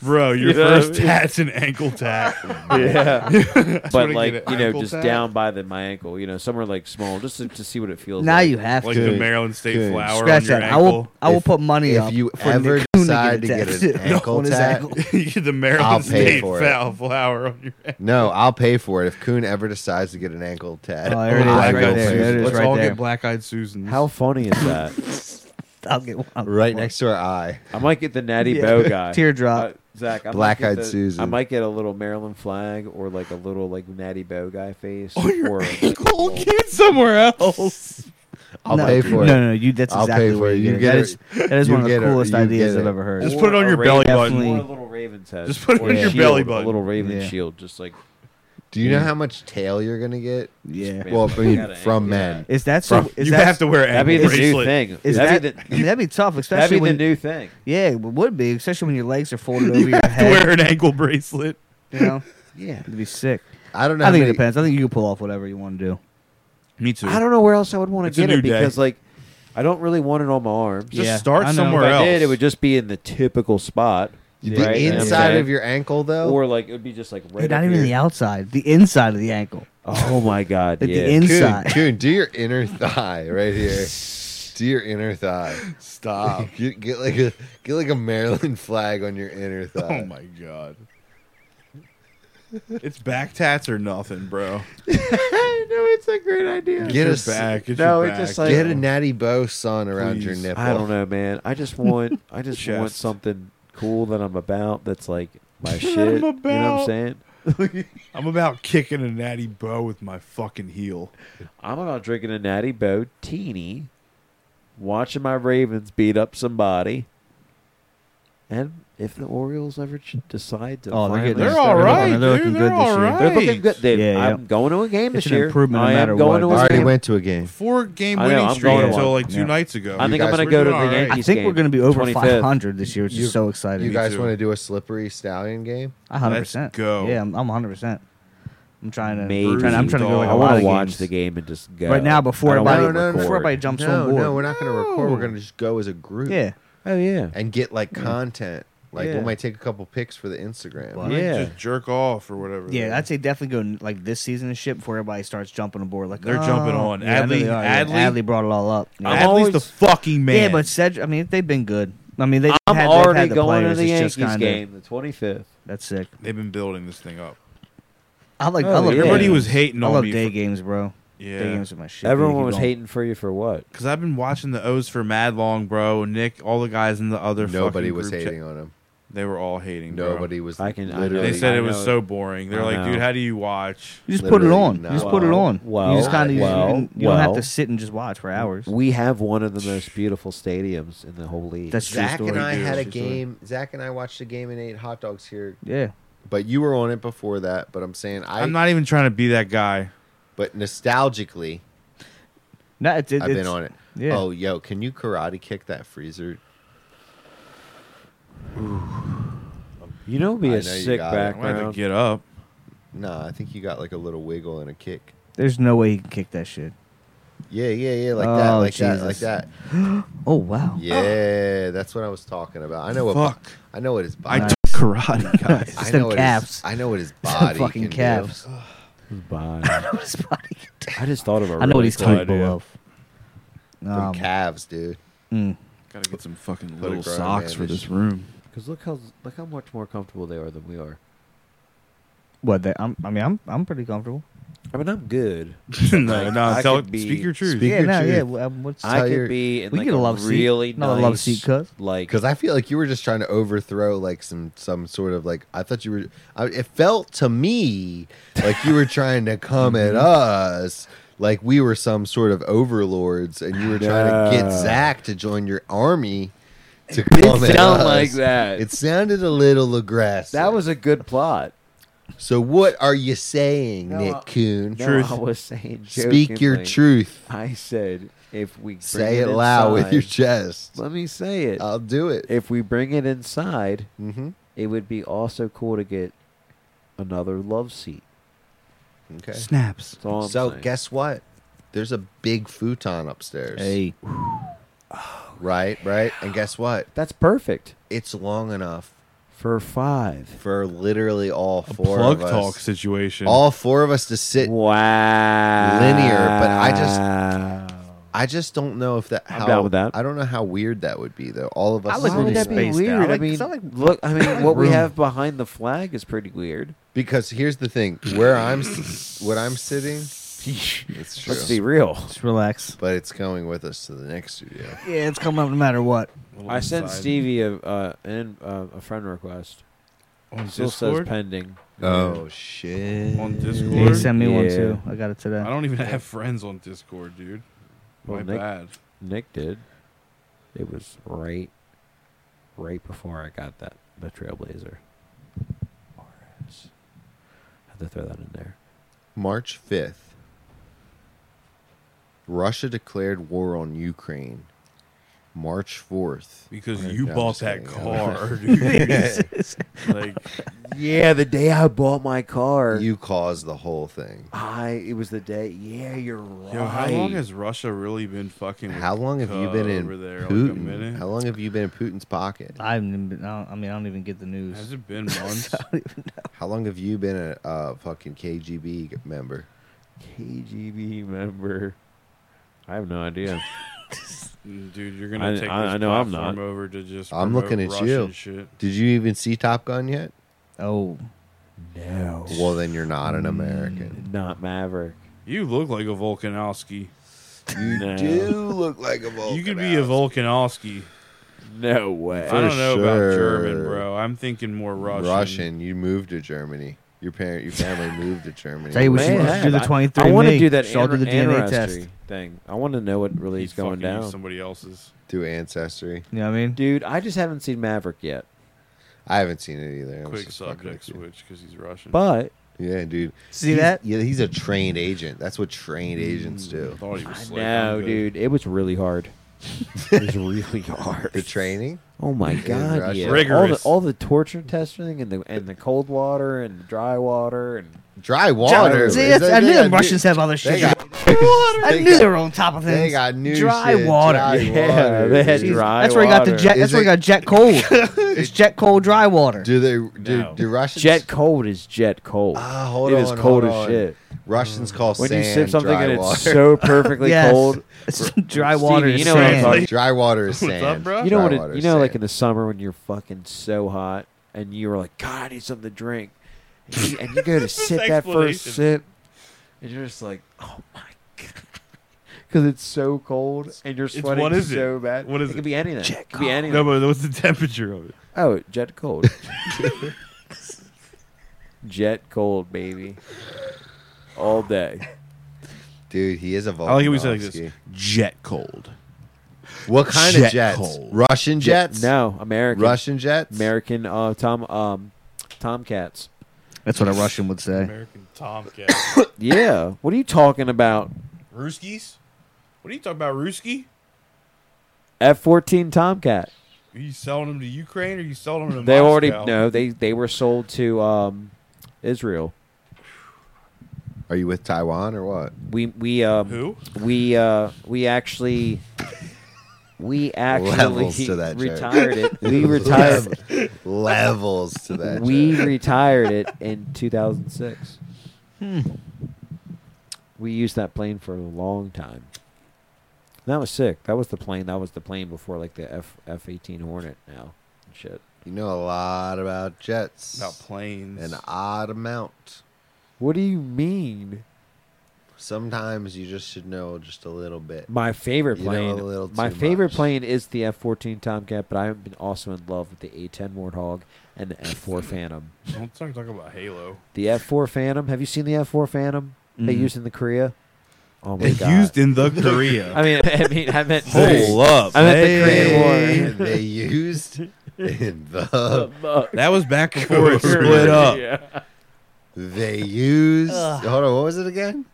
Speaker 4: Bro, your
Speaker 3: You know what I
Speaker 4: first
Speaker 3: mean?
Speaker 4: tat's an ankle tat.
Speaker 3: Yeah,
Speaker 4: wanna
Speaker 3: but
Speaker 4: get
Speaker 3: like
Speaker 4: an
Speaker 3: you know,
Speaker 4: ankle
Speaker 3: just
Speaker 4: tat?
Speaker 3: down by the my ankle. You know, somewhere like small, just to, to see what it feels.
Speaker 2: Now
Speaker 3: like.
Speaker 2: you have
Speaker 4: like
Speaker 2: to.
Speaker 4: the Maryland State
Speaker 1: Good.
Speaker 4: flower
Speaker 2: Scratch
Speaker 4: on your
Speaker 2: that. I
Speaker 4: ankle.
Speaker 2: will. I will
Speaker 1: If-
Speaker 2: put money
Speaker 1: if
Speaker 2: up
Speaker 1: you
Speaker 2: for
Speaker 1: ever
Speaker 2: Nick Kuhn
Speaker 1: decide
Speaker 2: to
Speaker 1: to
Speaker 2: get,
Speaker 1: get
Speaker 2: a
Speaker 1: an
Speaker 2: tattoo
Speaker 1: ankle
Speaker 2: on his
Speaker 1: tat,
Speaker 2: ankle.
Speaker 4: you get the Maryland
Speaker 1: pay
Speaker 4: State
Speaker 1: for it.
Speaker 4: foul flower on your ankle.
Speaker 1: No, I'll pay for it if Kuhn ever decides to get an ankle tat.
Speaker 2: Oh, there it is,
Speaker 1: I
Speaker 2: right
Speaker 1: will
Speaker 2: there.
Speaker 1: pay
Speaker 2: There it
Speaker 1: for
Speaker 2: is,
Speaker 4: Let's
Speaker 2: right
Speaker 4: all
Speaker 2: there.
Speaker 4: get black-eyed Susans.
Speaker 3: How funny is that?
Speaker 2: I'll get one. I'll get
Speaker 1: Right
Speaker 2: one.
Speaker 1: next to our eye.
Speaker 3: I might get the Natty
Speaker 2: Yeah.
Speaker 3: Bow guy.
Speaker 2: Teardrop.
Speaker 3: Uh, Zach. I might
Speaker 1: Black
Speaker 3: get
Speaker 1: Eyed
Speaker 3: the-
Speaker 1: Susan.
Speaker 3: I might get a little Maryland flag or like a little like Natty Bow guy face.
Speaker 4: Oh, your
Speaker 3: or,
Speaker 4: ankle get somewhere else.
Speaker 1: I'll
Speaker 2: no,
Speaker 1: pay for
Speaker 2: no,
Speaker 1: it.
Speaker 2: No, no, you. That's
Speaker 1: I'll
Speaker 2: exactly
Speaker 1: pay for
Speaker 2: where
Speaker 1: it.
Speaker 2: you,
Speaker 1: You
Speaker 2: get it.
Speaker 1: get
Speaker 2: That is, that is
Speaker 1: You
Speaker 2: one of the
Speaker 1: get it.
Speaker 2: coolest
Speaker 1: You
Speaker 2: ideas
Speaker 1: get
Speaker 2: I've
Speaker 1: it.
Speaker 2: ever heard.
Speaker 4: Just put it on
Speaker 3: or
Speaker 4: your
Speaker 3: a
Speaker 4: belly
Speaker 3: raven-
Speaker 2: button.
Speaker 3: Or a little Raven's head.
Speaker 4: Just put it
Speaker 3: Or
Speaker 4: on
Speaker 3: a
Speaker 4: your
Speaker 3: shield,
Speaker 4: belly
Speaker 3: A
Speaker 4: button.
Speaker 3: little Raven
Speaker 2: Yeah.
Speaker 3: shield, just like
Speaker 1: Do you know how much tail you're gonna get?
Speaker 2: yeah.
Speaker 3: Man,
Speaker 1: Well,
Speaker 3: I
Speaker 1: I mean,
Speaker 3: gotta
Speaker 1: from
Speaker 3: aim
Speaker 1: men.
Speaker 2: Is that so?
Speaker 1: Bro,
Speaker 2: Is
Speaker 4: you
Speaker 2: that,
Speaker 4: have to wear an
Speaker 3: That'd be
Speaker 4: ankle
Speaker 3: the new
Speaker 4: bracelet.
Speaker 3: thing.
Speaker 2: Is that?
Speaker 3: that'd, be the,
Speaker 2: I mean, that'd be tough,
Speaker 3: that'd
Speaker 2: especially
Speaker 3: be the
Speaker 2: when.
Speaker 3: new thing.
Speaker 2: yeah, it would be, especially when your legs are folded over your
Speaker 4: To
Speaker 2: head.
Speaker 4: wear an ankle bracelet.
Speaker 2: You know,
Speaker 3: Yeah.
Speaker 2: it'd be sick.
Speaker 1: I don't know.
Speaker 2: I
Speaker 1: how
Speaker 2: think it
Speaker 1: many-
Speaker 2: depends. I think you can pull off whatever you want to do.
Speaker 4: Me too.
Speaker 3: I don't know where else I would want
Speaker 4: It's
Speaker 3: to
Speaker 4: a
Speaker 3: get
Speaker 4: new
Speaker 3: it
Speaker 4: day.
Speaker 3: because like I don't really want it on my arms.
Speaker 4: Just
Speaker 2: Yeah, I
Speaker 4: start
Speaker 2: know.
Speaker 4: somewhere
Speaker 3: if I
Speaker 4: else.
Speaker 3: did, it would just be in the typical spot.
Speaker 1: The
Speaker 3: right? You know what I'm
Speaker 1: inside
Speaker 3: saying?
Speaker 1: of your ankle, though.
Speaker 3: or like it would be just like right.
Speaker 2: Dude, not
Speaker 3: up
Speaker 2: even
Speaker 3: here.
Speaker 2: the outside, the inside of the ankle.
Speaker 3: Oh my god!
Speaker 2: Like the
Speaker 3: yeah.
Speaker 2: ins-
Speaker 1: Kuhn,
Speaker 2: inside.
Speaker 1: Kuhn, do your inner thigh right here. Do your inner thigh. Stop. Get, get like a get like a Maryland flag on your inner thigh.
Speaker 4: Oh my god. It's back tats or nothing, bro.
Speaker 3: no, it's a great idea.
Speaker 1: Get
Speaker 4: your
Speaker 1: us-
Speaker 4: back. It's
Speaker 3: No,
Speaker 4: your
Speaker 3: it's just
Speaker 4: back.
Speaker 3: like-
Speaker 1: Get a natty bow sun around your
Speaker 4: Please.
Speaker 1: nipple.
Speaker 3: I don't know, man. I just want I just want
Speaker 4: Chest.
Speaker 3: something cool that I'm about. That's like my shit.
Speaker 4: I'm
Speaker 3: you know what I'm
Speaker 4: about.
Speaker 3: saying?
Speaker 4: I'm about kicking a natty bow with my fucking heel.
Speaker 3: I'm about drinking a Natty Bo teeny, watching my Ravens beat up somebody, and if the Orioles ever ch- decide to,
Speaker 2: Oh, they're
Speaker 3: finally
Speaker 2: getting-
Speaker 4: They're
Speaker 2: They're
Speaker 4: all
Speaker 2: looking-
Speaker 4: right.
Speaker 2: they're looking
Speaker 4: dude.
Speaker 2: good
Speaker 4: They're all
Speaker 2: this year.
Speaker 4: right.
Speaker 3: They're looking good. They,
Speaker 2: Yeah,
Speaker 3: I'm going to a game
Speaker 2: It's
Speaker 3: this
Speaker 2: an
Speaker 3: year.
Speaker 2: improvement no
Speaker 3: I
Speaker 2: matter
Speaker 3: am going
Speaker 2: what.
Speaker 3: to
Speaker 1: I
Speaker 3: a
Speaker 1: already
Speaker 3: game.
Speaker 1: went to a game.
Speaker 4: Four game
Speaker 3: I know,
Speaker 4: winning
Speaker 3: I'm
Speaker 4: streak
Speaker 2: going
Speaker 4: until
Speaker 3: along.
Speaker 4: like two
Speaker 2: Yeah.
Speaker 4: nights ago.
Speaker 3: I think
Speaker 1: guys
Speaker 3: I'm going
Speaker 1: were
Speaker 3: to go to
Speaker 4: doing
Speaker 3: the
Speaker 4: all right.
Speaker 2: I
Speaker 3: Yankees
Speaker 2: think
Speaker 3: game,
Speaker 2: we're going to be over
Speaker 3: 25th.
Speaker 2: 500 this year, which
Speaker 1: You-
Speaker 2: is so
Speaker 1: You
Speaker 2: exciting.
Speaker 1: guys
Speaker 4: too.
Speaker 1: want to do a slippery stallion game?
Speaker 2: A hundred
Speaker 4: Let's
Speaker 2: percent.
Speaker 4: go.
Speaker 2: Yeah, I'm, I'm a hundred percent. I'm trying to.
Speaker 3: Maybe.
Speaker 2: Trying, I'm trying to go like
Speaker 3: I
Speaker 2: a
Speaker 3: want
Speaker 2: lot
Speaker 3: to
Speaker 2: of
Speaker 3: watch
Speaker 2: games.
Speaker 3: the game and just go
Speaker 2: Right now, before
Speaker 3: I don't
Speaker 2: everybody-
Speaker 3: wanna
Speaker 1: No, no, no.
Speaker 3: record.
Speaker 1: before
Speaker 2: everybody jumps
Speaker 1: no,
Speaker 2: on board.
Speaker 1: No, we're not going to record. We're going to just go as a group.
Speaker 2: Yeah.
Speaker 3: Oh yeah.
Speaker 1: And get like content. Like
Speaker 3: Yeah.
Speaker 1: we might take a couple pics for the Instagram.
Speaker 2: Wow.
Speaker 3: Yeah.
Speaker 4: Just jerk off or whatever.
Speaker 2: Yeah, I'd say definitely go n- like this season and shit before everybody starts jumping aboard. Like
Speaker 4: They're
Speaker 2: oh.
Speaker 4: jumping on.
Speaker 2: Yeah, I know
Speaker 4: Adley-
Speaker 2: they are, yeah.
Speaker 4: Adley-
Speaker 2: Adley brought it all up. Yeah.
Speaker 4: Adley's
Speaker 3: always-
Speaker 4: the fucking man.
Speaker 2: Yeah, but Cedric. I mean, they've been good. I mean, they've
Speaker 3: I'm
Speaker 2: had, they've
Speaker 3: already
Speaker 2: had the
Speaker 3: going
Speaker 2: players.
Speaker 3: to the
Speaker 2: it's
Speaker 3: Yankees
Speaker 2: just kinda,
Speaker 3: game, the 25th.
Speaker 2: That's sick.
Speaker 4: they've been building this thing up.
Speaker 2: I like.
Speaker 3: Oh,
Speaker 2: I love
Speaker 3: yeah.
Speaker 4: Everybody
Speaker 2: day
Speaker 4: was
Speaker 2: games.
Speaker 4: hating
Speaker 2: I
Speaker 4: on
Speaker 2: love
Speaker 4: me.
Speaker 2: day
Speaker 4: for-
Speaker 2: games, bro. Day
Speaker 4: yeah,
Speaker 2: games are my shit.
Speaker 3: Everyone
Speaker 2: Keep
Speaker 3: was
Speaker 2: going.
Speaker 3: hating for you for what?
Speaker 4: because I've been watching the O's for mad long, bro. Nick, all the guys in the other.
Speaker 1: Nobody
Speaker 4: fucking
Speaker 1: was
Speaker 4: group chat-
Speaker 1: hating on him.
Speaker 4: They were all hating. bro.
Speaker 1: Nobody was.
Speaker 3: I can- I know.
Speaker 1: literally.
Speaker 4: They said
Speaker 3: I
Speaker 4: it was
Speaker 3: know.
Speaker 4: so boring. They're
Speaker 3: I
Speaker 4: like,
Speaker 3: know.
Speaker 4: dude, how do you watch?
Speaker 2: You just put it
Speaker 1: Literally
Speaker 2: on.
Speaker 1: not.
Speaker 2: You just put it
Speaker 3: Well,
Speaker 2: on.
Speaker 3: well,
Speaker 2: you just kind of. You,
Speaker 3: well,
Speaker 2: can- you don't have
Speaker 3: well.
Speaker 2: to sit and just watch for hours.
Speaker 3: We have one of the most beautiful stadiums in the whole league.
Speaker 2: That's true
Speaker 1: Zach
Speaker 2: story.
Speaker 1: and I
Speaker 4: dude.
Speaker 1: had a
Speaker 4: True story.
Speaker 1: game. Zach and I watched a game and ate hot dogs here.
Speaker 2: Yeah.
Speaker 1: But you were on it before that. But I'm saying I.
Speaker 4: I'm not even trying to be that guy.
Speaker 1: but nostalgically,
Speaker 2: No, it's, it,
Speaker 1: I've been
Speaker 2: it's-
Speaker 1: on it.
Speaker 2: yeah.
Speaker 1: Oh, yo, can you karate kick that freezer?
Speaker 3: you know, it'd be
Speaker 1: I
Speaker 3: a
Speaker 1: know you
Speaker 3: sick
Speaker 1: got it.
Speaker 4: I'm gonna have to
Speaker 3: background.
Speaker 4: get up.
Speaker 1: Nah, I think you got like a little wiggle and a kick.
Speaker 2: There's no way he can kick that shit.
Speaker 1: Yeah, yeah, yeah, like that,
Speaker 2: Oh,
Speaker 1: like that,
Speaker 2: Jesus.
Speaker 1: like that.
Speaker 2: Oh wow.
Speaker 1: Yeah, that's what I was talking about. I know what.
Speaker 4: Fuck.
Speaker 1: I know what his body.
Speaker 4: I
Speaker 2: Nice.
Speaker 4: took karate, guys.
Speaker 1: I
Speaker 2: It's
Speaker 1: know
Speaker 2: them
Speaker 1: what
Speaker 2: calves.
Speaker 1: His, I know what his
Speaker 2: them
Speaker 1: body.
Speaker 2: fucking
Speaker 1: can do.
Speaker 2: calves.
Speaker 3: Bye.
Speaker 2: I know what his body can do.
Speaker 3: I just thought of a
Speaker 2: I know what
Speaker 3: really
Speaker 2: he's
Speaker 3: cool
Speaker 4: tight.
Speaker 2: capable
Speaker 4: idea.
Speaker 2: of.
Speaker 1: Them
Speaker 2: Um,
Speaker 1: calves, dude.
Speaker 2: mm.
Speaker 4: Gotta get some fucking
Speaker 1: Put a
Speaker 4: little
Speaker 1: grown
Speaker 4: socks
Speaker 1: man
Speaker 4: for
Speaker 1: in
Speaker 4: this
Speaker 1: sh-
Speaker 4: room.
Speaker 3: Because look how look how much more comfortable they are than we are.
Speaker 2: What? That, I'm, I mean, I'm I'm pretty comfortable.
Speaker 3: I mean, I'm good.
Speaker 4: no,
Speaker 3: Like, I
Speaker 4: no, tell,
Speaker 3: could be-
Speaker 4: speak your truth.
Speaker 1: Speak-
Speaker 2: yeah.
Speaker 1: your
Speaker 2: No.
Speaker 1: truth.
Speaker 2: Yeah. well, um, what's
Speaker 1: tell
Speaker 3: I
Speaker 1: your-
Speaker 3: could be in
Speaker 2: We
Speaker 3: like
Speaker 2: get a
Speaker 3: a
Speaker 2: love seat.
Speaker 3: really
Speaker 2: Another love
Speaker 3: nice,
Speaker 2: seat, cuz.
Speaker 3: like
Speaker 1: Because I feel like you were just trying to overthrow like some some sort of like I thought you were. I, it felt to me like you were trying to come at
Speaker 4: Mm-hmm.
Speaker 1: us. Like we were some sort of overlords, and you were trying to get
Speaker 3: No.
Speaker 1: Zach to join your army to come at
Speaker 3: sound
Speaker 1: us.
Speaker 3: like that.
Speaker 1: It sounded a little aggressive.
Speaker 3: that was a good plot.
Speaker 1: So what are you saying,
Speaker 3: No, I-
Speaker 1: Nick Coon?
Speaker 3: No,
Speaker 4: Truth.
Speaker 3: I was saying
Speaker 1: Speak your
Speaker 3: jokingly,
Speaker 1: truth.
Speaker 3: I said if we bring
Speaker 1: Say it loud with your
Speaker 3: inside-
Speaker 1: chest.
Speaker 3: Let me say it.
Speaker 1: I'll do it.
Speaker 3: if we bring it inside,
Speaker 1: Mm-hmm.
Speaker 3: it would be also cool to get another love seat.
Speaker 1: Okay.
Speaker 4: Snaps.
Speaker 3: That's all I'm
Speaker 1: So
Speaker 3: saying.
Speaker 1: guess what? There's a big futon upstairs.
Speaker 2: Hey.
Speaker 1: Right, right. And guess what?
Speaker 3: that's perfect
Speaker 1: It's long enough
Speaker 3: for five.
Speaker 1: for literally all
Speaker 4: A
Speaker 1: four
Speaker 4: plug
Speaker 1: of us.
Speaker 4: talk situation.
Speaker 1: All four of us to sit.
Speaker 3: wow,
Speaker 1: linear, but I just-
Speaker 3: just
Speaker 1: I just don't know if that. How,
Speaker 3: down with that.
Speaker 1: I don't know how weird that would be though. All of us.
Speaker 2: I like
Speaker 1: sitting
Speaker 3: Why would
Speaker 2: really
Speaker 3: that
Speaker 1: there.
Speaker 3: be
Speaker 2: spaced
Speaker 3: weird?
Speaker 2: out.
Speaker 3: I
Speaker 2: Like,
Speaker 3: mean,
Speaker 2: sound like-
Speaker 3: look, I mean, what we
Speaker 4: room.
Speaker 3: have behind the flag is pretty weird.
Speaker 1: because here's the thing: where I'm, s- what I'm sitting, it's true.
Speaker 3: Let's be real.
Speaker 2: Just relax.
Speaker 1: But it's going with us to the next studio.
Speaker 2: Yeah, it's coming up no matter what.
Speaker 3: I sent Stevie a uh, an, uh, a friend request.
Speaker 4: on
Speaker 3: Still
Speaker 4: Discord.
Speaker 3: says pending.
Speaker 1: Oh shit!
Speaker 4: on
Speaker 2: They
Speaker 4: Discord.
Speaker 2: sent me one
Speaker 3: Yeah.
Speaker 2: too. I got it today.
Speaker 4: I don't even have friends on Discord, dude. My
Speaker 3: Well, Nick,
Speaker 4: bad.
Speaker 3: Nick did. It was right, right before I got that the Trailblazer. RS. Had to throw that in there.
Speaker 1: March fifth, Russia declared war on Ukraine. March fourth.
Speaker 4: Because
Speaker 1: Right,
Speaker 4: you
Speaker 1: I'm
Speaker 4: bought
Speaker 1: just
Speaker 4: that
Speaker 1: kidding.
Speaker 4: car, dude. like,
Speaker 3: Yeah, the day I bought my car,
Speaker 1: You caused the whole thing.
Speaker 3: I it was the day. Yeah, you're right.
Speaker 4: yo, how long has Russia really been fucking? with
Speaker 1: How long have you
Speaker 4: Ka
Speaker 1: been in
Speaker 4: over there? Like a
Speaker 1: Putin?
Speaker 4: minute?
Speaker 1: How long have you been in Putin's pocket?
Speaker 2: I haven't even been, I, don't, I mean, I don't even get the
Speaker 4: Has
Speaker 2: news.
Speaker 4: it been months?
Speaker 1: How long have you been a uh, fucking KGB member?
Speaker 3: KGB member? I have no idea.
Speaker 4: Dude, you're
Speaker 3: I-
Speaker 4: gonna take
Speaker 3: I-
Speaker 4: this
Speaker 3: I know I'm
Speaker 4: platform
Speaker 3: not.
Speaker 4: over to just.
Speaker 1: I'm looking
Speaker 4: promote
Speaker 1: at you.
Speaker 4: Russian Shit.
Speaker 1: Did you even see Top Gun yet?
Speaker 2: Oh,
Speaker 3: no,
Speaker 1: Well, then you're not an American.
Speaker 3: not Maverick.
Speaker 4: You look like a Volkanovski.
Speaker 1: You
Speaker 3: No.
Speaker 1: do look like a Vulcan.
Speaker 4: Mm. You could be a Volkanovski.
Speaker 3: No way.
Speaker 4: I don't know
Speaker 1: sure.
Speaker 4: about German, bro. I'm thinking more
Speaker 1: Russian.
Speaker 4: Russian.
Speaker 1: You moved to Germany. Your parent, your family moved to Germany.
Speaker 2: Tell you what
Speaker 3: Man,
Speaker 2: you should do the
Speaker 3: I-
Speaker 2: 23andMe.
Speaker 3: I want to do that
Speaker 2: Should all do
Speaker 3: an-
Speaker 2: the DNA
Speaker 3: ancestry
Speaker 2: test.
Speaker 3: thing. I want to know what really
Speaker 4: He's
Speaker 3: is going down,
Speaker 4: Somebody else's.
Speaker 1: do ancestry.
Speaker 2: You know what I mean?
Speaker 3: dude. I just haven't seen Maverick yet,
Speaker 1: I haven't seen it either. I'm
Speaker 4: Quick
Speaker 1: just fucking
Speaker 4: subject
Speaker 1: with you.
Speaker 4: switch because he's Russian.
Speaker 3: but
Speaker 1: Yeah, dude.
Speaker 2: See
Speaker 1: He's-
Speaker 2: that?
Speaker 1: Yeah, he's a trained agent. That's what trained
Speaker 4: Mm.
Speaker 1: agents do.
Speaker 4: Hmm, Thought he was
Speaker 3: I
Speaker 4: slick.
Speaker 3: know,
Speaker 4: I'm good.
Speaker 3: dude. It was really hard. it was really hard.
Speaker 1: The training?
Speaker 3: Oh my
Speaker 1: Russia.
Speaker 3: god, yeah. all the
Speaker 4: Rigorous.
Speaker 3: all the torture testing and the and the cold water and the dry water and
Speaker 1: Dry water.
Speaker 2: Water.
Speaker 1: is
Speaker 2: See, that's-
Speaker 1: that-
Speaker 2: I knew
Speaker 1: they
Speaker 2: the
Speaker 1: got
Speaker 2: Russians have other
Speaker 1: They
Speaker 2: shit.
Speaker 1: got,
Speaker 2: I
Speaker 1: they
Speaker 2: knew
Speaker 1: got-
Speaker 2: they were on top of things.
Speaker 1: they got new
Speaker 2: Dry
Speaker 1: shit,
Speaker 2: water.
Speaker 1: Dry
Speaker 3: Yeah,
Speaker 1: water.
Speaker 3: they had
Speaker 1: dude.
Speaker 2: Jeez,
Speaker 3: Dry
Speaker 2: that's where he got the
Speaker 3: water.
Speaker 2: jet.
Speaker 1: Is
Speaker 2: That's where he
Speaker 1: it-
Speaker 2: got jet cold. it's jet cold dry water.
Speaker 1: Do they? Do,
Speaker 4: No.
Speaker 1: do Russians?
Speaker 3: Jet cold is jet cold.
Speaker 1: Ah, hold
Speaker 3: It
Speaker 1: on,
Speaker 3: is cold
Speaker 1: hold
Speaker 3: as
Speaker 1: on.
Speaker 3: shit.
Speaker 4: Mm.
Speaker 1: Russians call
Speaker 3: When
Speaker 1: sand
Speaker 3: you sip something
Speaker 1: dry
Speaker 3: and it's
Speaker 1: water.
Speaker 3: so perfectly
Speaker 2: Yes.
Speaker 3: cold,
Speaker 2: It's dry water.
Speaker 3: Stevie,
Speaker 2: is
Speaker 3: you know what I'm
Speaker 2: sand.
Speaker 3: talking-
Speaker 1: dry water is
Speaker 4: What's
Speaker 1: sand.
Speaker 4: up,
Speaker 3: you
Speaker 4: bro?
Speaker 3: know
Speaker 1: Dry
Speaker 3: what?
Speaker 1: water
Speaker 3: It, you
Speaker 1: is
Speaker 3: know, like
Speaker 1: sand.
Speaker 3: in the summer when you're fucking so hot and you were like, God, I need something to drink, and you, and you go to sip that first
Speaker 4: explanation.
Speaker 3: sip, and you're just like, Oh my god, because it's so cold and you're
Speaker 4: It's-
Speaker 3: sweating
Speaker 4: what is it?
Speaker 3: so bad.
Speaker 4: What is
Speaker 3: it?
Speaker 4: it?
Speaker 3: Could be anything. it could be anything.
Speaker 4: No, but what's the temperature of it?
Speaker 3: Oh, jet cold. jet cold, baby. All day.
Speaker 1: dude, he is a Volkanovski.
Speaker 4: I like it when you say like this. Jet cold.
Speaker 1: What kind of
Speaker 4: Jet
Speaker 1: jets?
Speaker 4: cold.
Speaker 1: Russian jets?
Speaker 3: No, American.
Speaker 1: Russian jets?
Speaker 3: American. Uh, Tom. Um, Tomcats.
Speaker 2: That's what a Russian would say.
Speaker 4: American Tomcat.
Speaker 3: Yeah. what are you talking about?
Speaker 4: Ruskies? What are you talking about, Ruski?
Speaker 3: F-14 Tomcat.
Speaker 4: Are you selling them to Ukraine or are you selling them to
Speaker 3: They already
Speaker 4: Moscow?
Speaker 3: no. They they were sold to um, Israel.
Speaker 1: Are you with Taiwan or what?
Speaker 3: We we um
Speaker 4: Who?
Speaker 3: we uh we actually we actually
Speaker 1: Levels to that joke.
Speaker 3: retired it. We retired.
Speaker 1: Lev- levels to that.
Speaker 3: we
Speaker 1: joke.
Speaker 3: retired it in 2006.
Speaker 1: Hmm.
Speaker 3: We used that plane for a long time. And that was sick. That was the plane. That was the plane before like the F F 18 Hornet now. and Shit.
Speaker 1: you know a lot about jets.
Speaker 4: About planes.
Speaker 1: An odd amount.
Speaker 3: What do you mean?
Speaker 1: Sometimes you just should know just a little bit.
Speaker 3: My favorite
Speaker 1: You know a
Speaker 3: plane.
Speaker 1: little
Speaker 3: my
Speaker 1: too
Speaker 3: favorite
Speaker 1: much.
Speaker 3: plane is the F 14 Tomcat, but I've been also in love with the A 10 Warthog and the F 4 Phantom.
Speaker 4: Don't talk, talk about Halo.
Speaker 3: The F 4 Phantom. Have you seen the F 4 Phantom? They
Speaker 2: Mm-mm.
Speaker 3: used in the Korea. Oh my
Speaker 4: Mm-hmm. They
Speaker 3: god!
Speaker 4: used in the Korea.
Speaker 3: I mean, I mean, I meant.
Speaker 4: up.
Speaker 3: I meant the Korean
Speaker 1: they,
Speaker 3: War.
Speaker 1: they used in the
Speaker 4: That was back before it
Speaker 1: Korea.
Speaker 4: split up.
Speaker 1: they used hold on what was it again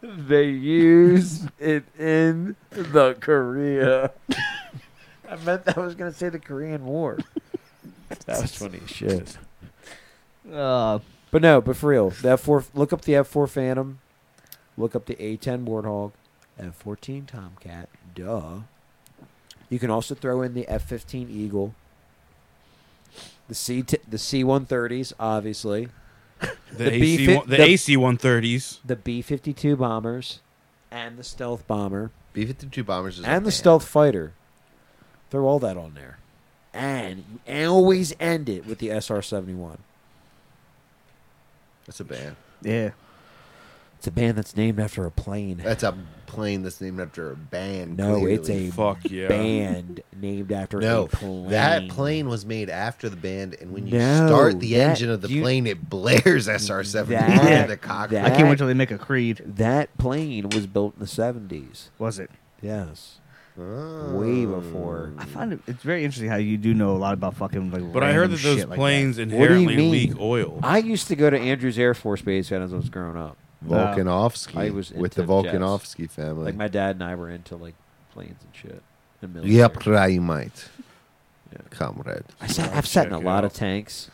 Speaker 3: They used it in the Korea. I meant that I was gonna say the Korean War. That was funny as shit.
Speaker 2: Uh,
Speaker 3: But no, but for real, the F four. Look up the F four Phantom. Look up the A ten Warthog, F fourteen Tomcat. Duh. You can also throw in the F fifteen Eagle. The C t- the C one thirties, obviously.
Speaker 4: The,
Speaker 3: The
Speaker 4: AC,
Speaker 3: B-fi-
Speaker 4: one, the,
Speaker 3: the-
Speaker 4: AC 130s.
Speaker 3: The B fifty two bombers, and the stealth bomber.
Speaker 1: b-52 bombers is a
Speaker 3: and the
Speaker 1: band.
Speaker 3: stealth fighter. Throw all that on there, and you always end it with the SR seventy one.
Speaker 1: that's a band
Speaker 2: yeah.
Speaker 3: It's a band that's named after a plane.
Speaker 1: that's a plane that's named after a band
Speaker 3: no, it's
Speaker 1: clearly.
Speaker 3: a
Speaker 4: Fuck yeah.
Speaker 3: band named after
Speaker 1: no
Speaker 3: a plane.
Speaker 1: that plane was made after the band and when you
Speaker 3: No,
Speaker 1: start the
Speaker 3: that-
Speaker 1: engine of the
Speaker 3: you-
Speaker 1: plane it blares sr-71
Speaker 3: That-
Speaker 1: in the cockpit
Speaker 2: I
Speaker 3: that-
Speaker 2: can't wait till they make a creed.
Speaker 3: That plane was built in the seventies.
Speaker 2: Was it?
Speaker 3: Yes,
Speaker 1: Oh.
Speaker 3: way before.
Speaker 2: I find it. It's very interesting how you do know a lot about fucking like.
Speaker 4: But I heard
Speaker 2: random
Speaker 4: that those
Speaker 2: shit like
Speaker 4: planes
Speaker 3: do you
Speaker 4: inherently
Speaker 3: mean?
Speaker 4: leak oil.
Speaker 3: I used to go to Andrews Air Force Base when I was growing up.
Speaker 1: volkanovski
Speaker 3: I was
Speaker 1: with the
Speaker 3: into jazz.
Speaker 1: volkanovski family
Speaker 3: Like my dad and I were into like planes and shit. And military.
Speaker 1: yep right mate
Speaker 3: Yeah.
Speaker 1: comrade
Speaker 3: I sat, I've sat in a
Speaker 4: Check it
Speaker 3: lot of
Speaker 4: out.
Speaker 3: tanks.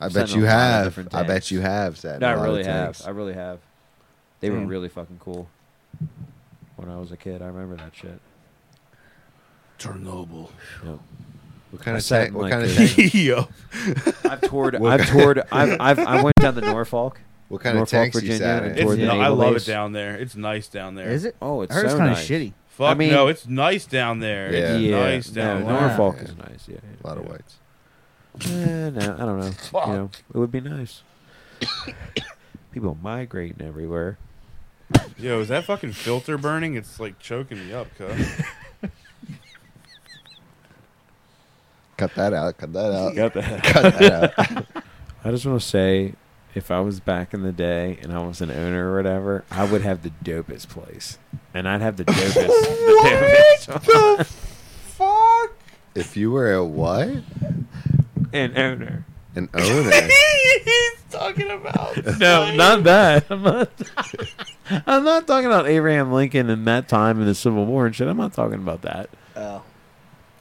Speaker 1: i
Speaker 3: I've
Speaker 1: bet
Speaker 3: sat in
Speaker 1: you
Speaker 3: a lot of
Speaker 1: have
Speaker 3: different
Speaker 1: i bet
Speaker 3: tanks.
Speaker 1: you have sat in a
Speaker 3: No,
Speaker 1: lot
Speaker 3: I
Speaker 1: of
Speaker 3: really have.
Speaker 1: tanks.
Speaker 3: I really have. They were
Speaker 2: Damn.
Speaker 3: really fucking cool. When I was a kid, I remember that shit.
Speaker 4: Chernobyl.
Speaker 3: Yep.
Speaker 1: what kind
Speaker 3: I
Speaker 1: of
Speaker 3: sat
Speaker 1: tank
Speaker 3: in
Speaker 1: what
Speaker 3: like
Speaker 1: kind of
Speaker 3: a-
Speaker 1: tank
Speaker 4: Yo.
Speaker 3: I've toured.
Speaker 1: What
Speaker 3: I've
Speaker 1: kind-
Speaker 3: toured. I've, I've. I went down the Norfolk.
Speaker 1: what kind of
Speaker 3: Norfolk,
Speaker 1: tanks you
Speaker 3: Virginia,
Speaker 1: sat
Speaker 3: and
Speaker 1: in
Speaker 4: It's,
Speaker 3: Toward the
Speaker 4: no, I
Speaker 3: naval
Speaker 4: love
Speaker 3: base.
Speaker 4: it down there. It's nice down
Speaker 2: that.
Speaker 4: there.
Speaker 2: Is it?
Speaker 3: Oh, it's
Speaker 2: I heard
Speaker 3: so
Speaker 2: it's kinda
Speaker 3: nice.
Speaker 2: shitty.
Speaker 4: Fuck
Speaker 3: I mean-
Speaker 4: no, it's nice down there.
Speaker 1: Yeah.
Speaker 4: It's
Speaker 3: Yeah,
Speaker 4: nice
Speaker 3: no,
Speaker 4: down
Speaker 2: wow.
Speaker 4: there.
Speaker 3: Norfolk is nice.
Speaker 1: a
Speaker 3: Yeah, yeah,
Speaker 1: lot of
Speaker 3: yeah.
Speaker 1: whites
Speaker 3: Eh, no, I don't know. You know, it would be nice. People migrating everywhere.
Speaker 4: Yo, is that fucking filter burning? It's like choking me up, cuz.
Speaker 1: Cut that out. Cut that out.
Speaker 3: Got that.
Speaker 1: Cut that out.
Speaker 3: I just want to say, if I was back in the day and I was an owner or whatever, I would have the dopest place, and I'd have the dopest. the dopest
Speaker 1: If you were a what?
Speaker 3: an owner.
Speaker 1: An owner.
Speaker 3: No, not that. I'm not. I'm not talking about Abraham Lincoln and that time in the Civil War and shit. I'm not talking about that.
Speaker 2: Oh.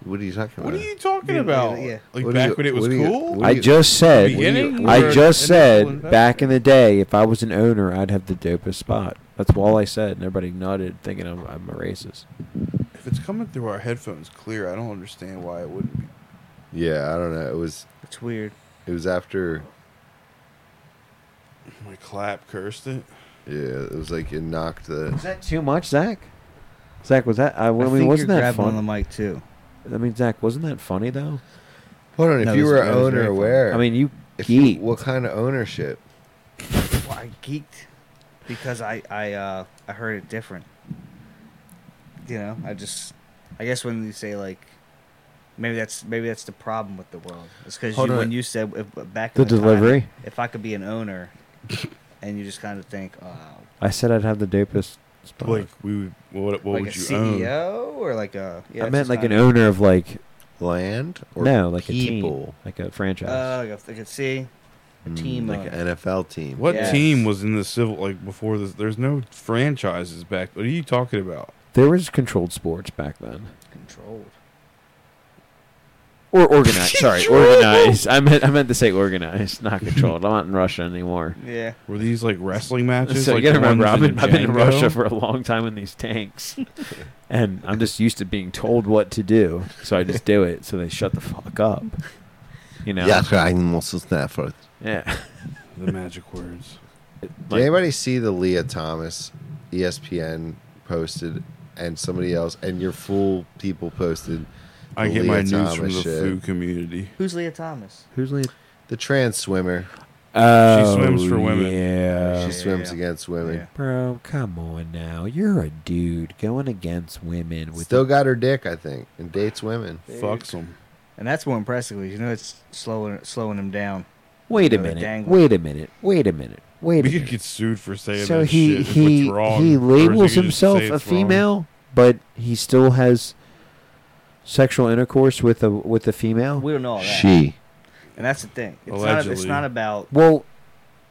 Speaker 1: What are you talking about?
Speaker 4: What are you talking
Speaker 2: Yeah,
Speaker 4: about?
Speaker 2: yeah.
Speaker 4: Like
Speaker 1: What do
Speaker 4: back
Speaker 1: you-
Speaker 4: when it was
Speaker 1: what do you-
Speaker 4: cool?
Speaker 1: what do
Speaker 3: I
Speaker 1: you-
Speaker 3: just said.
Speaker 4: Beginning
Speaker 3: I
Speaker 4: or
Speaker 3: just
Speaker 4: initial
Speaker 3: said
Speaker 4: investment?
Speaker 3: back in the day, if I was an owner, I'd have the dopest spot. That's all I said, and everybody nodded, thinking I'm, I'm a racist.
Speaker 4: If it's coming through our headphones clear, I don't understand why it wouldn't be.
Speaker 1: Yeah, I don't know. It was
Speaker 2: It's weird.
Speaker 1: it was after
Speaker 4: My clap cursed it.
Speaker 1: yeah, it was like it knocked
Speaker 3: Is
Speaker 1: the
Speaker 3: that too much, Zach? Zach, was that? I, I
Speaker 2: I
Speaker 3: mean,
Speaker 2: think
Speaker 3: wasn't
Speaker 2: you're
Speaker 3: that
Speaker 2: grabbing
Speaker 3: fun?
Speaker 2: on the mic too.
Speaker 3: I mean, Zach, wasn't that funny though?
Speaker 1: Hold on, if
Speaker 2: No,
Speaker 1: you
Speaker 2: this-
Speaker 1: were
Speaker 2: that was very
Speaker 1: owner
Speaker 2: funny.
Speaker 1: aware
Speaker 3: I mean, you
Speaker 1: if you,
Speaker 3: geek.
Speaker 1: what kind of ownership?
Speaker 2: Well, I geeked because I I uh, I heard it different. You know, I just I guess when you say like maybe that's maybe that's the problem with the world. It's because
Speaker 1: Hold
Speaker 2: you,
Speaker 1: on.
Speaker 2: when you said if, uh, back
Speaker 3: the
Speaker 2: in the time,
Speaker 3: delivery.
Speaker 2: if I could be an owner, and you just kind of think, oh,
Speaker 3: I said I'd have the dopest spot.
Speaker 4: Like we would. What, what
Speaker 2: like
Speaker 4: would
Speaker 2: a E
Speaker 4: you own?
Speaker 2: CEO or like a yeah,
Speaker 3: I
Speaker 2: it's
Speaker 3: meant
Speaker 2: just
Speaker 3: like an
Speaker 2: kinda-
Speaker 3: owner of like
Speaker 1: Land or
Speaker 3: no, like a team,
Speaker 1: people?
Speaker 3: like a franchise.
Speaker 2: Uh, like a, like a C, a
Speaker 1: Mm,
Speaker 2: team
Speaker 1: like
Speaker 2: of-
Speaker 1: an NFL team.
Speaker 4: What
Speaker 2: Yes.
Speaker 4: team was in the civil like before this? There's no franchises back. What are you talking about?
Speaker 3: there was controlled sports back then,
Speaker 2: controlled.
Speaker 3: or organized. sorry, organized. I meant I meant to say organized, not controlled. I'm not in Russia anymore.
Speaker 2: Yeah,
Speaker 4: Were these like wrestling matches?
Speaker 3: so
Speaker 4: like
Speaker 3: you gotta
Speaker 4: the
Speaker 3: remember,
Speaker 4: ones
Speaker 3: I've been,
Speaker 4: in
Speaker 3: I've been in
Speaker 4: Django?
Speaker 3: Russia for a long time in these tanks, and I'm just used to being told what to do, so I just do it. So they shut the fuck up, you know?
Speaker 1: Yeah, I'm also Stafford.
Speaker 3: yeah.
Speaker 4: The magic words.
Speaker 1: Did anybody see the Leah Thomas E ESPN posted and somebody else and your fool people posted
Speaker 4: I
Speaker 1: the
Speaker 4: get my
Speaker 1: Leah
Speaker 4: news
Speaker 1: Thomas
Speaker 4: from the
Speaker 1: shit.
Speaker 4: food community.
Speaker 2: who's Leah Thomas?
Speaker 3: Who's Lee?
Speaker 1: The trans swimmer.
Speaker 3: Oh,
Speaker 4: swims for women.
Speaker 3: Yeah.
Speaker 1: she
Speaker 2: Oh, yeah,
Speaker 1: swims
Speaker 2: yeah.
Speaker 1: against women.
Speaker 3: Bro, come on now. You're a dude going against women with
Speaker 1: Still got her dick, I think, and dates women.
Speaker 4: Fucks them.
Speaker 2: And that's more impressive. 'cause You know, it's slowing slowing him down.
Speaker 3: Wait a
Speaker 2: Another
Speaker 3: minute.
Speaker 2: dangle.
Speaker 3: Wait a minute. Wait a minute. Wait a
Speaker 4: We could
Speaker 3: minute.
Speaker 4: get sued for saying
Speaker 3: So
Speaker 4: that
Speaker 3: he
Speaker 4: shit. if
Speaker 3: he
Speaker 4: it's wrong,
Speaker 3: he
Speaker 4: or we could
Speaker 3: labels
Speaker 4: just say
Speaker 3: himself
Speaker 4: it's
Speaker 3: a
Speaker 4: wrong.
Speaker 3: female, but he still has sexual intercourse with a with a female.
Speaker 2: We don't know all that.
Speaker 1: She.
Speaker 2: And that's the thing. It's not, it's
Speaker 4: Allegedly.
Speaker 2: not about.
Speaker 3: Well,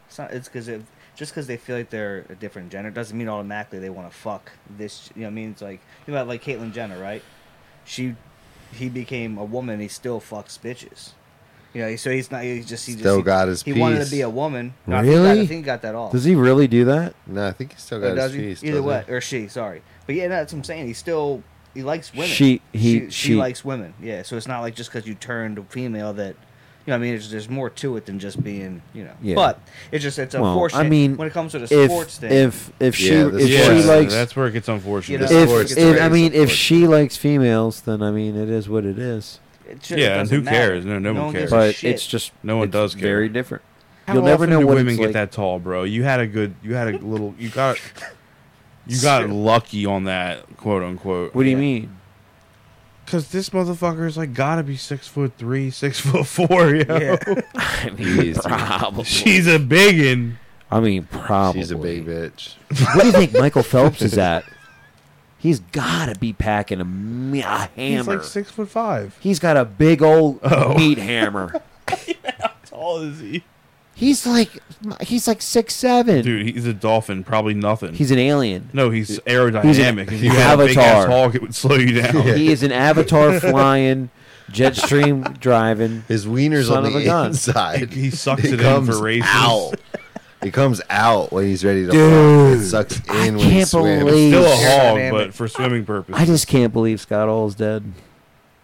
Speaker 2: It's not. It's because it, just because they feel like they're a different gender doesn't mean automatically they want to fuck this. You know, what I mean, it's like you know, like Caitlyn Jenner, right? She, he became a woman. He still fucks bitches. You know, so he's not. He just he
Speaker 1: Still
Speaker 2: just,
Speaker 1: got his
Speaker 2: He wanted
Speaker 1: piece.
Speaker 2: to be a woman. No, I think he got-
Speaker 3: Really?
Speaker 2: I think he got that off.
Speaker 3: does he really do that?
Speaker 1: No, I think he still
Speaker 2: Or
Speaker 1: got
Speaker 2: does
Speaker 1: his
Speaker 2: he?
Speaker 1: piece.
Speaker 2: Either
Speaker 1: doesn't
Speaker 2: way, or she. Sorry, but yeah, no, that's what I'm saying. He still he likes women.
Speaker 3: She- he-
Speaker 2: she,
Speaker 3: she-
Speaker 2: likes women. Yeah, so it's not like just because you turned female that. You know, what I mean, there's, there's more to it than just being, you know.
Speaker 3: Yeah.
Speaker 2: But it's just it's
Speaker 3: Well, I
Speaker 2: unfortunate.
Speaker 3: mean,
Speaker 2: when it comes to the sports
Speaker 3: If
Speaker 2: thing,
Speaker 3: if if she
Speaker 1: Yeah, this
Speaker 3: if
Speaker 1: is
Speaker 3: she
Speaker 1: why-
Speaker 3: likes
Speaker 4: that's where it gets unfortunate.
Speaker 2: You know,
Speaker 3: if,
Speaker 2: Sports
Speaker 3: if I
Speaker 1: craze,
Speaker 3: mean
Speaker 1: of
Speaker 3: if
Speaker 1: course.
Speaker 3: she likes females, then I mean it is what it is.
Speaker 2: it should,
Speaker 4: yeah,
Speaker 2: it
Speaker 4: and
Speaker 2: doesn't
Speaker 4: who
Speaker 2: matter.
Speaker 4: cares? No- no one
Speaker 2: gives
Speaker 4: cares.
Speaker 2: a
Speaker 3: But
Speaker 2: shit.
Speaker 3: it's just
Speaker 4: No one
Speaker 3: it's
Speaker 4: does care.
Speaker 3: Very different.
Speaker 4: How
Speaker 3: You'll never
Speaker 4: often
Speaker 3: know
Speaker 4: do
Speaker 3: what
Speaker 4: women
Speaker 3: it's
Speaker 4: get
Speaker 3: like.
Speaker 4: that tall, bro. You had a good. You had a little. You got. You got lucky on that, quote unquote.
Speaker 3: What do you
Speaker 2: Yeah.
Speaker 3: mean?
Speaker 4: Because this motherfucker's like gotta be six foot three, six foot four. Yo.
Speaker 2: yeah.
Speaker 3: I mean, probably.
Speaker 4: She's a big one.
Speaker 3: I mean, probably.
Speaker 1: She's a big bitch.
Speaker 3: What do you think Michael Phelps is at? He's got to be packing a, me- a
Speaker 4: He's
Speaker 3: hammer.
Speaker 4: like six foot five.
Speaker 3: He's got a big old
Speaker 4: Oh.
Speaker 3: meat hammer.
Speaker 4: How tall is he?
Speaker 3: He's like he's like six seven.
Speaker 4: Dude, he's a dolphin. Probably nothing.
Speaker 3: He's an alien.
Speaker 4: no, he's aerodynamic. if you
Speaker 3: he's
Speaker 4: had a big ass
Speaker 3: Avatar.
Speaker 4: hog, it would slow you down.
Speaker 3: He is an avatar flying, jet stream driving.
Speaker 1: His wiener's
Speaker 3: Son
Speaker 1: on
Speaker 3: of
Speaker 1: the
Speaker 3: a gun.
Speaker 1: inside.
Speaker 4: He sucks it in
Speaker 1: comes
Speaker 4: for races.
Speaker 1: Out. It comes out when he's ready to
Speaker 3: Dude,
Speaker 1: fuck. It sucks in
Speaker 3: I
Speaker 1: when he
Speaker 3: can't
Speaker 1: swims.
Speaker 3: believe-
Speaker 4: Still a
Speaker 3: He's
Speaker 4: hog,
Speaker 2: aerodynamic.
Speaker 4: but for swimming purposes.
Speaker 3: I just can't believe Scott Hall's dead.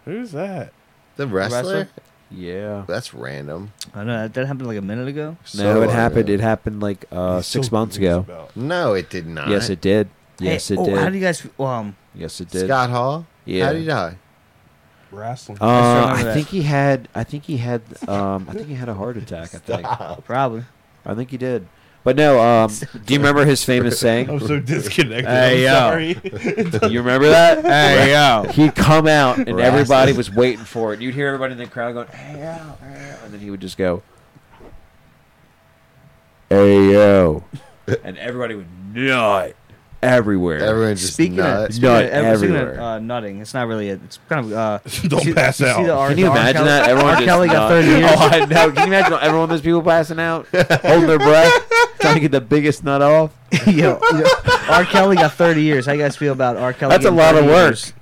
Speaker 4: Who's that?
Speaker 1: The wrestler?
Speaker 2: Wrestler?
Speaker 3: Yeah.
Speaker 1: That's random.
Speaker 2: I know that, that happened like a minute ago.
Speaker 3: No,
Speaker 1: So
Speaker 3: it happened.
Speaker 1: random.
Speaker 3: It happened like uh,
Speaker 4: He's
Speaker 3: six
Speaker 4: so
Speaker 3: months
Speaker 4: confused
Speaker 3: ago.
Speaker 4: about-
Speaker 1: No, it did not.
Speaker 3: Yes, it did. Yes,
Speaker 2: Hey,
Speaker 3: it
Speaker 2: oh,
Speaker 3: did.
Speaker 2: How do you guys? Well, um,
Speaker 3: yes, it did.
Speaker 1: Scott Hall?
Speaker 3: Yeah.
Speaker 1: How did he die?
Speaker 4: Wrestling.
Speaker 3: Uh,
Speaker 2: remember
Speaker 3: I
Speaker 2: that.
Speaker 3: think he had. I think he had. Um, I think he had a heart attack. I think.
Speaker 2: probably.
Speaker 3: I think he did. But no. Um, do you remember his famous saying?
Speaker 4: I'm so disconnected.
Speaker 3: Hey, yo.
Speaker 4: I'm sorry.
Speaker 3: You remember that?
Speaker 9: Hey, yo.
Speaker 3: He'd come out and everybody was waiting for it. You'd hear everybody in the crowd going, "Hey yo," hey, yo," and then he would just go, "Hey yo," and everybody would nut everywhere.
Speaker 1: Everyone just
Speaker 2: Speaking
Speaker 1: nut.
Speaker 2: of, speaking of,
Speaker 3: Nut
Speaker 2: ever- speaking of
Speaker 3: everywhere.
Speaker 2: uh, nutting, it's not really. A, it's kind of. Uh,
Speaker 4: Don't
Speaker 2: see-
Speaker 4: pass
Speaker 2: you
Speaker 4: out.
Speaker 2: See the R-
Speaker 3: Can you
Speaker 2: the R.
Speaker 3: imagine
Speaker 2: Kelly-
Speaker 3: that? Everyone
Speaker 2: R.
Speaker 3: just
Speaker 2: Kelly got
Speaker 3: not-
Speaker 2: 30 years.
Speaker 3: Oh, I know. Can you imagine every one of those people passing out, holding their breath, trying to get the biggest nut off?
Speaker 2: yo, yo, R. Kelly got 30 years. How you guys feel about R. Kelly?
Speaker 3: That's a
Speaker 2: getting
Speaker 3: lot of
Speaker 2: 30
Speaker 3: work.
Speaker 2: years?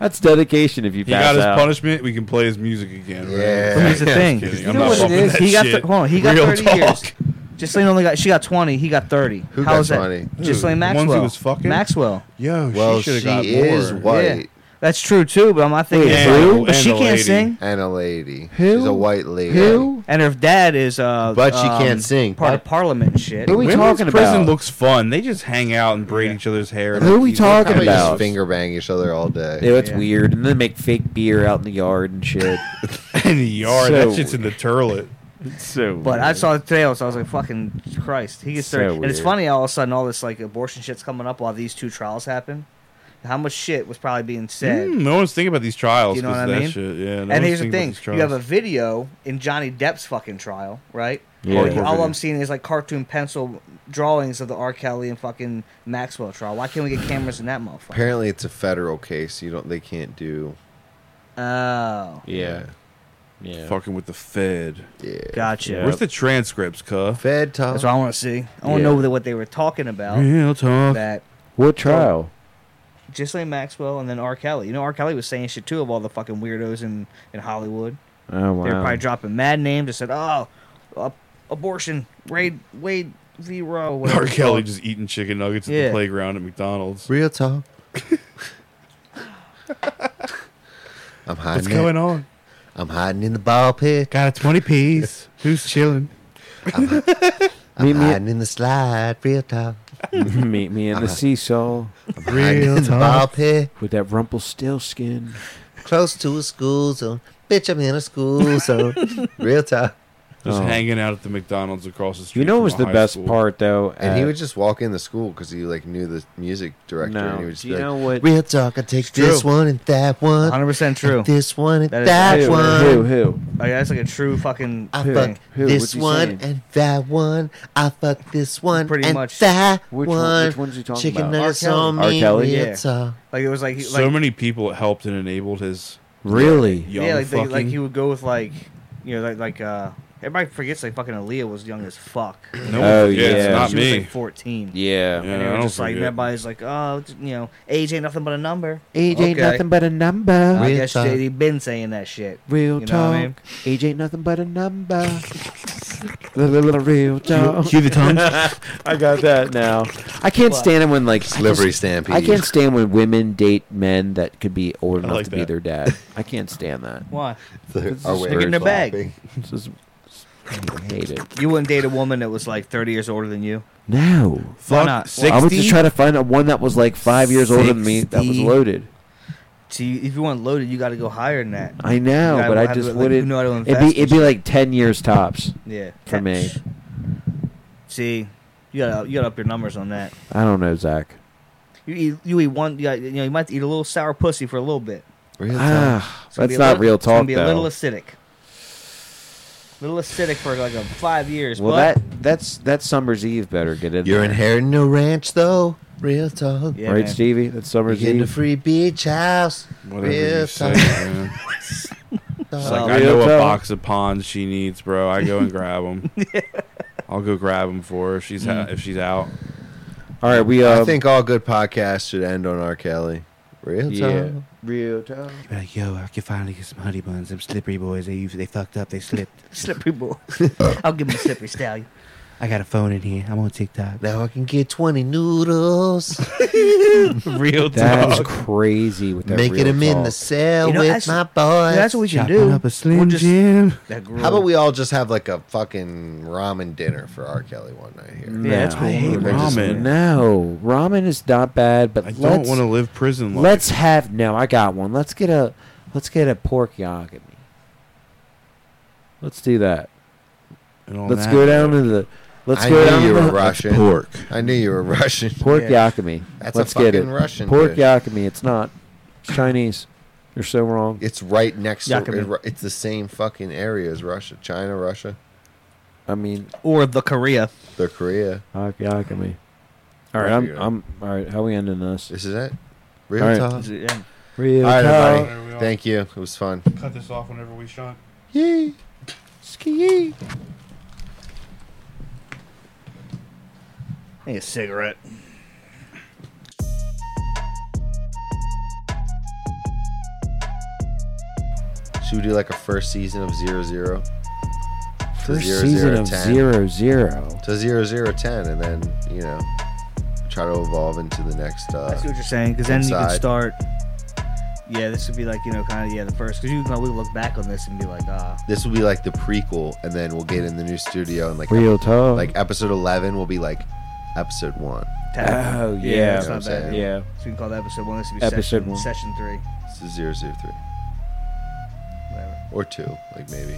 Speaker 3: That's dedication. If you
Speaker 10: He
Speaker 3: pass
Speaker 10: got his
Speaker 3: out.
Speaker 10: punishment. We can play his music again. right?
Speaker 1: Yeah.
Speaker 2: But here's the
Speaker 1: Yeah,
Speaker 2: thing.
Speaker 10: kidding.
Speaker 2: You
Speaker 10: I'm
Speaker 2: know
Speaker 10: not
Speaker 2: what it
Speaker 10: fucking
Speaker 2: is?
Speaker 10: that
Speaker 2: He got
Speaker 10: shit.
Speaker 2: th- hold on. He got
Speaker 10: Real
Speaker 2: thirty
Speaker 10: talk.
Speaker 2: years. Ghislaine only got she got twenty. He got thirty.
Speaker 1: Who
Speaker 2: How
Speaker 1: got
Speaker 2: is that?
Speaker 1: 20?
Speaker 2: Ghislaine
Speaker 10: The ones he
Speaker 2: Maxwell.
Speaker 10: was fucking?
Speaker 2: Maxwell.
Speaker 10: Yo,
Speaker 1: Well,
Speaker 10: she should
Speaker 1: she,
Speaker 10: have got
Speaker 1: is
Speaker 10: more.
Speaker 1: white
Speaker 2: That's true too. But I'm not thinking.
Speaker 10: Wait,
Speaker 2: it's
Speaker 10: who?
Speaker 2: white. But
Speaker 10: And
Speaker 2: she
Speaker 10: the
Speaker 2: can't
Speaker 10: lady.
Speaker 2: sing.
Speaker 1: and a lady.
Speaker 3: Who?
Speaker 1: She's a white lady.
Speaker 3: Who?
Speaker 2: And her dad is uh,
Speaker 1: But she
Speaker 2: um,
Speaker 1: can't sing.
Speaker 2: Part of Parliament and shit.
Speaker 3: Who are we
Speaker 10: Women's
Speaker 3: talking
Speaker 10: prison
Speaker 3: about?
Speaker 10: looks fun. They just hang out and braid each other's hair.
Speaker 3: Who are we
Speaker 1: How
Speaker 3: talking
Speaker 1: about you
Speaker 3: about?
Speaker 1: just finger bang each other all day?
Speaker 3: Ew, it's weird. And then make fake beer out in the yard and shit.
Speaker 10: in the yard?
Speaker 3: So
Speaker 10: that shit's in the turlet.
Speaker 8: So
Speaker 2: But I saw the tail, so I was like, "Fucking Christ!" He gets
Speaker 8: So
Speaker 2: thirty, and it's
Speaker 8: weird.
Speaker 2: funny. All of a sudden, all this like abortion shit's coming up while these two trials happen. How much shit was probably being said?
Speaker 10: Mm, no one's thinking about these trials.
Speaker 2: You know
Speaker 10: 'cause
Speaker 2: what I
Speaker 10: of that
Speaker 2: mean?
Speaker 10: Shit. Yeah, no one's
Speaker 2: and here's the
Speaker 10: thinking about
Speaker 2: thing:
Speaker 10: these
Speaker 2: you have a
Speaker 10: trials.
Speaker 2: video in Johnny Depp's fucking trial, right?
Speaker 3: Yeah.
Speaker 2: All, all
Speaker 10: video.
Speaker 2: I'm seeing is like cartoon pencil drawings of the R. Kelly and fucking Maxwell trial. Why can't we get cameras in that motherfucker?
Speaker 1: Apparently, it's a federal case. You don't. They can't do.
Speaker 2: Oh,
Speaker 8: yeah, yeah.
Speaker 10: fucking with the Fed.
Speaker 1: Yeah.
Speaker 2: gotcha.
Speaker 10: Where's the transcripts, cuh?
Speaker 1: Fed talk.
Speaker 2: That's what I want to see. I want to
Speaker 3: Yeah.
Speaker 2: know what they were talking about.
Speaker 10: Real talk.
Speaker 2: That
Speaker 3: What trial?
Speaker 2: Ghislaine Maxwell and then R. Kelly. You know, R. Kelly was saying shit too of all the fucking weirdos in, in Hollywood.
Speaker 3: Oh
Speaker 2: They were
Speaker 3: wow.
Speaker 2: probably dropping mad names and said, oh, uh, abortion, Wade, Wade v. Roe. whatever
Speaker 10: R.
Speaker 2: it's
Speaker 10: Kelly
Speaker 2: called."
Speaker 10: just eating chicken nuggets at
Speaker 2: Yeah.
Speaker 10: the playground at McDonald's.
Speaker 1: Real talk. I'm
Speaker 10: What's
Speaker 1: hiding. it.
Speaker 10: going on?
Speaker 1: I'm hiding in the ball pit.
Speaker 4: Got a 20 piece. Who's chilling?
Speaker 1: I'm
Speaker 3: Meet me-
Speaker 1: hiding in the slide. Real talk.
Speaker 3: Meet me in the seesaw
Speaker 1: I'm hiding in the ball pit.
Speaker 3: with that Rumpelstiltskin.
Speaker 1: Close to a school zone. Bitch, I'm in a school zone. Real talk.
Speaker 10: Just
Speaker 3: Oh.
Speaker 10: hanging out at the McDonald's across the street.
Speaker 3: You know,
Speaker 10: from
Speaker 3: what was
Speaker 10: a
Speaker 3: the
Speaker 10: high
Speaker 3: best
Speaker 10: school.
Speaker 3: part though.
Speaker 1: And he
Speaker 3: at-
Speaker 1: would just walk in the school because he like knew the music director,
Speaker 3: No.
Speaker 1: and he would just
Speaker 3: Do
Speaker 1: be
Speaker 3: you
Speaker 1: like,
Speaker 3: know what?
Speaker 1: "Real talk, I take this
Speaker 2: true.
Speaker 1: one and that one,
Speaker 2: 100%
Speaker 1: and
Speaker 2: true.
Speaker 1: this one and
Speaker 2: That
Speaker 1: that,
Speaker 2: is
Speaker 3: who,
Speaker 1: one.
Speaker 3: who? Who?
Speaker 2: Like, that's like a true fucking.
Speaker 1: I
Speaker 3: Who?
Speaker 1: fuck
Speaker 3: Who? What's
Speaker 1: this
Speaker 3: he
Speaker 1: one
Speaker 3: saying?
Speaker 1: and that one. I fuck this one
Speaker 2: Pretty
Speaker 1: and
Speaker 2: much.
Speaker 1: that
Speaker 3: Which
Speaker 1: one.
Speaker 3: one? Which one's he talking
Speaker 1: Chicken
Speaker 3: about?
Speaker 1: nuggets
Speaker 2: R. Kelly.
Speaker 1: on
Speaker 3: R.
Speaker 1: me.
Speaker 3: Kelly?
Speaker 1: Real
Speaker 2: Yeah.
Speaker 1: talk.
Speaker 2: Like, it was like. he-
Speaker 10: So
Speaker 2: like
Speaker 10: many people it helped and enabled his
Speaker 3: Really?
Speaker 10: young
Speaker 2: yeah, like, they,
Speaker 10: fucking.
Speaker 2: like he would go with, like, you know, like, like uh, everybody forgets, like, fucking Aaliyah was young as fuck.
Speaker 10: no,
Speaker 3: Oh,
Speaker 10: yeah, it's
Speaker 3: yeah.
Speaker 10: not
Speaker 2: she
Speaker 10: me.
Speaker 2: was like 14.
Speaker 3: Yeah.
Speaker 10: Yeah,
Speaker 2: and they
Speaker 10: I
Speaker 2: were
Speaker 10: don't
Speaker 2: just like,
Speaker 10: forget.
Speaker 2: everybody's like, oh, it's- you know, age ain't nothing but a number.
Speaker 3: Age ain't
Speaker 2: Okay.
Speaker 3: nothing but a number.
Speaker 2: I
Speaker 1: Real
Speaker 2: guess
Speaker 1: talk.
Speaker 2: they been saying that shit.
Speaker 3: Real
Speaker 2: You know what
Speaker 3: talk.
Speaker 2: I mean?
Speaker 3: Age ain't nothing but a number. La, la, la, Real talk.
Speaker 4: Cue the tongue.
Speaker 3: I got that now. I can't
Speaker 2: What?
Speaker 3: stand it when like I
Speaker 1: Livery
Speaker 3: just-
Speaker 1: stampede.
Speaker 3: I can't stand when women date men that could be old enough
Speaker 10: like
Speaker 3: to be
Speaker 10: that.
Speaker 3: their dad. I can't stand that.
Speaker 2: Why?
Speaker 1: Our
Speaker 2: Stick in their bag.
Speaker 1: flopping.
Speaker 3: It's just, I hate it.
Speaker 2: You wouldn't date a woman that was like 30 years older than you.
Speaker 3: No.
Speaker 2: Why
Speaker 10: Fuck
Speaker 2: not?
Speaker 3: I would just
Speaker 10: 60?
Speaker 3: try to find a one that was like five years older than me that was
Speaker 2: 60.
Speaker 3: loaded.
Speaker 2: See, if you want loaded, you got to go higher than that.
Speaker 3: I know,
Speaker 2: You gotta
Speaker 3: but I
Speaker 2: have
Speaker 3: just
Speaker 2: to, like,
Speaker 3: wouldn't.
Speaker 2: know how to
Speaker 3: it'd
Speaker 2: invest
Speaker 3: be it'd be like ten years tops.
Speaker 2: Yeah.
Speaker 3: for me.
Speaker 2: See, you got to you got to up your numbers on that.
Speaker 3: I don't know, Zach.
Speaker 2: You eat you eat one. You, got, you know you might eat a little sour pussy for a little bit.
Speaker 1: Real talk.
Speaker 3: Ah,
Speaker 2: It's gonna be
Speaker 3: that's
Speaker 2: a
Speaker 3: not
Speaker 2: little-
Speaker 3: real
Speaker 2: It's gonna
Speaker 3: talk
Speaker 2: be a little
Speaker 3: though.
Speaker 2: acidic. Little acidic for like a five years.
Speaker 3: Well,
Speaker 2: but,
Speaker 3: that that's that's Summer's Eve. Better get in.
Speaker 1: You're
Speaker 3: there.
Speaker 1: inheriting a ranch though. Real talk.
Speaker 2: yeah,
Speaker 3: right,
Speaker 2: man.
Speaker 3: Stevie? That's
Speaker 1: You're
Speaker 3: Summer's
Speaker 1: getting a
Speaker 3: Eve.
Speaker 1: free beach house.
Speaker 10: Whatever
Speaker 1: real
Speaker 10: you say,
Speaker 1: talk.
Speaker 10: man. It's
Speaker 4: Uh,
Speaker 10: like I
Speaker 3: Real
Speaker 10: know
Speaker 3: talk.
Speaker 10: a box of pawns she needs, bro. I go and grab them. I'll go grab them for her if she's
Speaker 4: Mm.
Speaker 10: ha- if she's out.
Speaker 3: All right, we. Um,
Speaker 1: I think all good podcasts should end on R. Kelly. Real
Speaker 3: Yeah.
Speaker 1: talk.
Speaker 3: Real talk.
Speaker 4: Be like, yo, I can finally get some honey buns. Them slippery boys, they usually they fucked up. They slipped.
Speaker 2: Slippery boy. I'll give him a slippery stallion.
Speaker 4: I got a phone in here. I'm on TikTok.
Speaker 1: Now I can get 20 noodles.
Speaker 10: Real
Speaker 3: That's crazy. With that
Speaker 1: making
Speaker 3: real
Speaker 1: them in the
Speaker 3: talk.
Speaker 1: cell
Speaker 2: You know,
Speaker 1: with
Speaker 2: that's-
Speaker 1: my boys.
Speaker 2: Yeah, that's what we should
Speaker 4: Chopping
Speaker 2: do.
Speaker 4: up a Slim
Speaker 2: We'll just-
Speaker 4: Jim.
Speaker 2: That
Speaker 1: How about
Speaker 2: girl-
Speaker 1: we all just have like a fucking ramen dinner for R. Kelly one night here?
Speaker 3: No,
Speaker 2: Yeah, that's cool.
Speaker 10: I hate
Speaker 1: We're just-
Speaker 10: ramen.
Speaker 3: No, ramen is not bad, but
Speaker 10: I don't
Speaker 3: let's
Speaker 10: want to live prison life.
Speaker 3: let's have. No, I got one. Let's get a let's get a pork yogami. Let's do that.
Speaker 10: And all
Speaker 3: Let's
Speaker 10: that.
Speaker 3: go down to the. Let's
Speaker 1: I
Speaker 3: go
Speaker 1: knew
Speaker 3: down
Speaker 1: you
Speaker 3: to
Speaker 1: were
Speaker 3: the
Speaker 1: Russian.
Speaker 10: pork.
Speaker 1: I knew you were Russian.
Speaker 3: pork
Speaker 2: Yeah.
Speaker 3: yakami.
Speaker 1: That's
Speaker 3: Let's
Speaker 1: a fucking
Speaker 3: get it.
Speaker 1: Russian.
Speaker 3: Pork
Speaker 1: dish.
Speaker 3: yakami. It's not. It's Chinese. You're so wrong.
Speaker 1: It's right next
Speaker 2: Yakami.
Speaker 1: to. It's the same fucking area as Russia, China, Russia,
Speaker 3: I mean,
Speaker 2: or the Korea?
Speaker 1: the Korea.
Speaker 3: pork yakami. All
Speaker 1: Right,
Speaker 3: right, I'm,
Speaker 1: you're right.
Speaker 3: I'm. All right, how we ending this?
Speaker 1: This is it. Real
Speaker 3: All right.
Speaker 1: talk.
Speaker 2: Is it- yeah.
Speaker 3: Real
Speaker 1: All right,
Speaker 4: uh,
Speaker 3: talk.
Speaker 1: everybody. Thank you. It was fun.
Speaker 10: Cut this off whenever we shot.
Speaker 1: Yay.
Speaker 3: Ski.
Speaker 2: I need a cigarette.
Speaker 1: Should we do like a first season of zero zero?
Speaker 3: First season of zero zero.
Speaker 1: to zero zero ten, and then you know try to evolve into the next.
Speaker 2: I see
Speaker 1: Uh,
Speaker 2: what you're saying, because then you
Speaker 1: inside.
Speaker 2: can start. Yeah, this would be like you know, kind of yeah, the first. Because you can probably look back on this and be like, ah,
Speaker 1: this will be like the prequel, and then we'll get in the new studio and like
Speaker 3: Real talk.
Speaker 1: like episode eleven will be like episode one.
Speaker 2: tap.
Speaker 7: yeah.
Speaker 3: oh yeah.
Speaker 2: it's
Speaker 1: You know
Speaker 2: not
Speaker 1: what I'm
Speaker 2: bad.
Speaker 1: saying?
Speaker 7: Yeah.
Speaker 2: So we can call that episode one. This would be
Speaker 3: Episode
Speaker 2: session,
Speaker 3: one.
Speaker 2: session three,
Speaker 1: This is zero zero three
Speaker 2: whatever.
Speaker 1: or two, like maybe.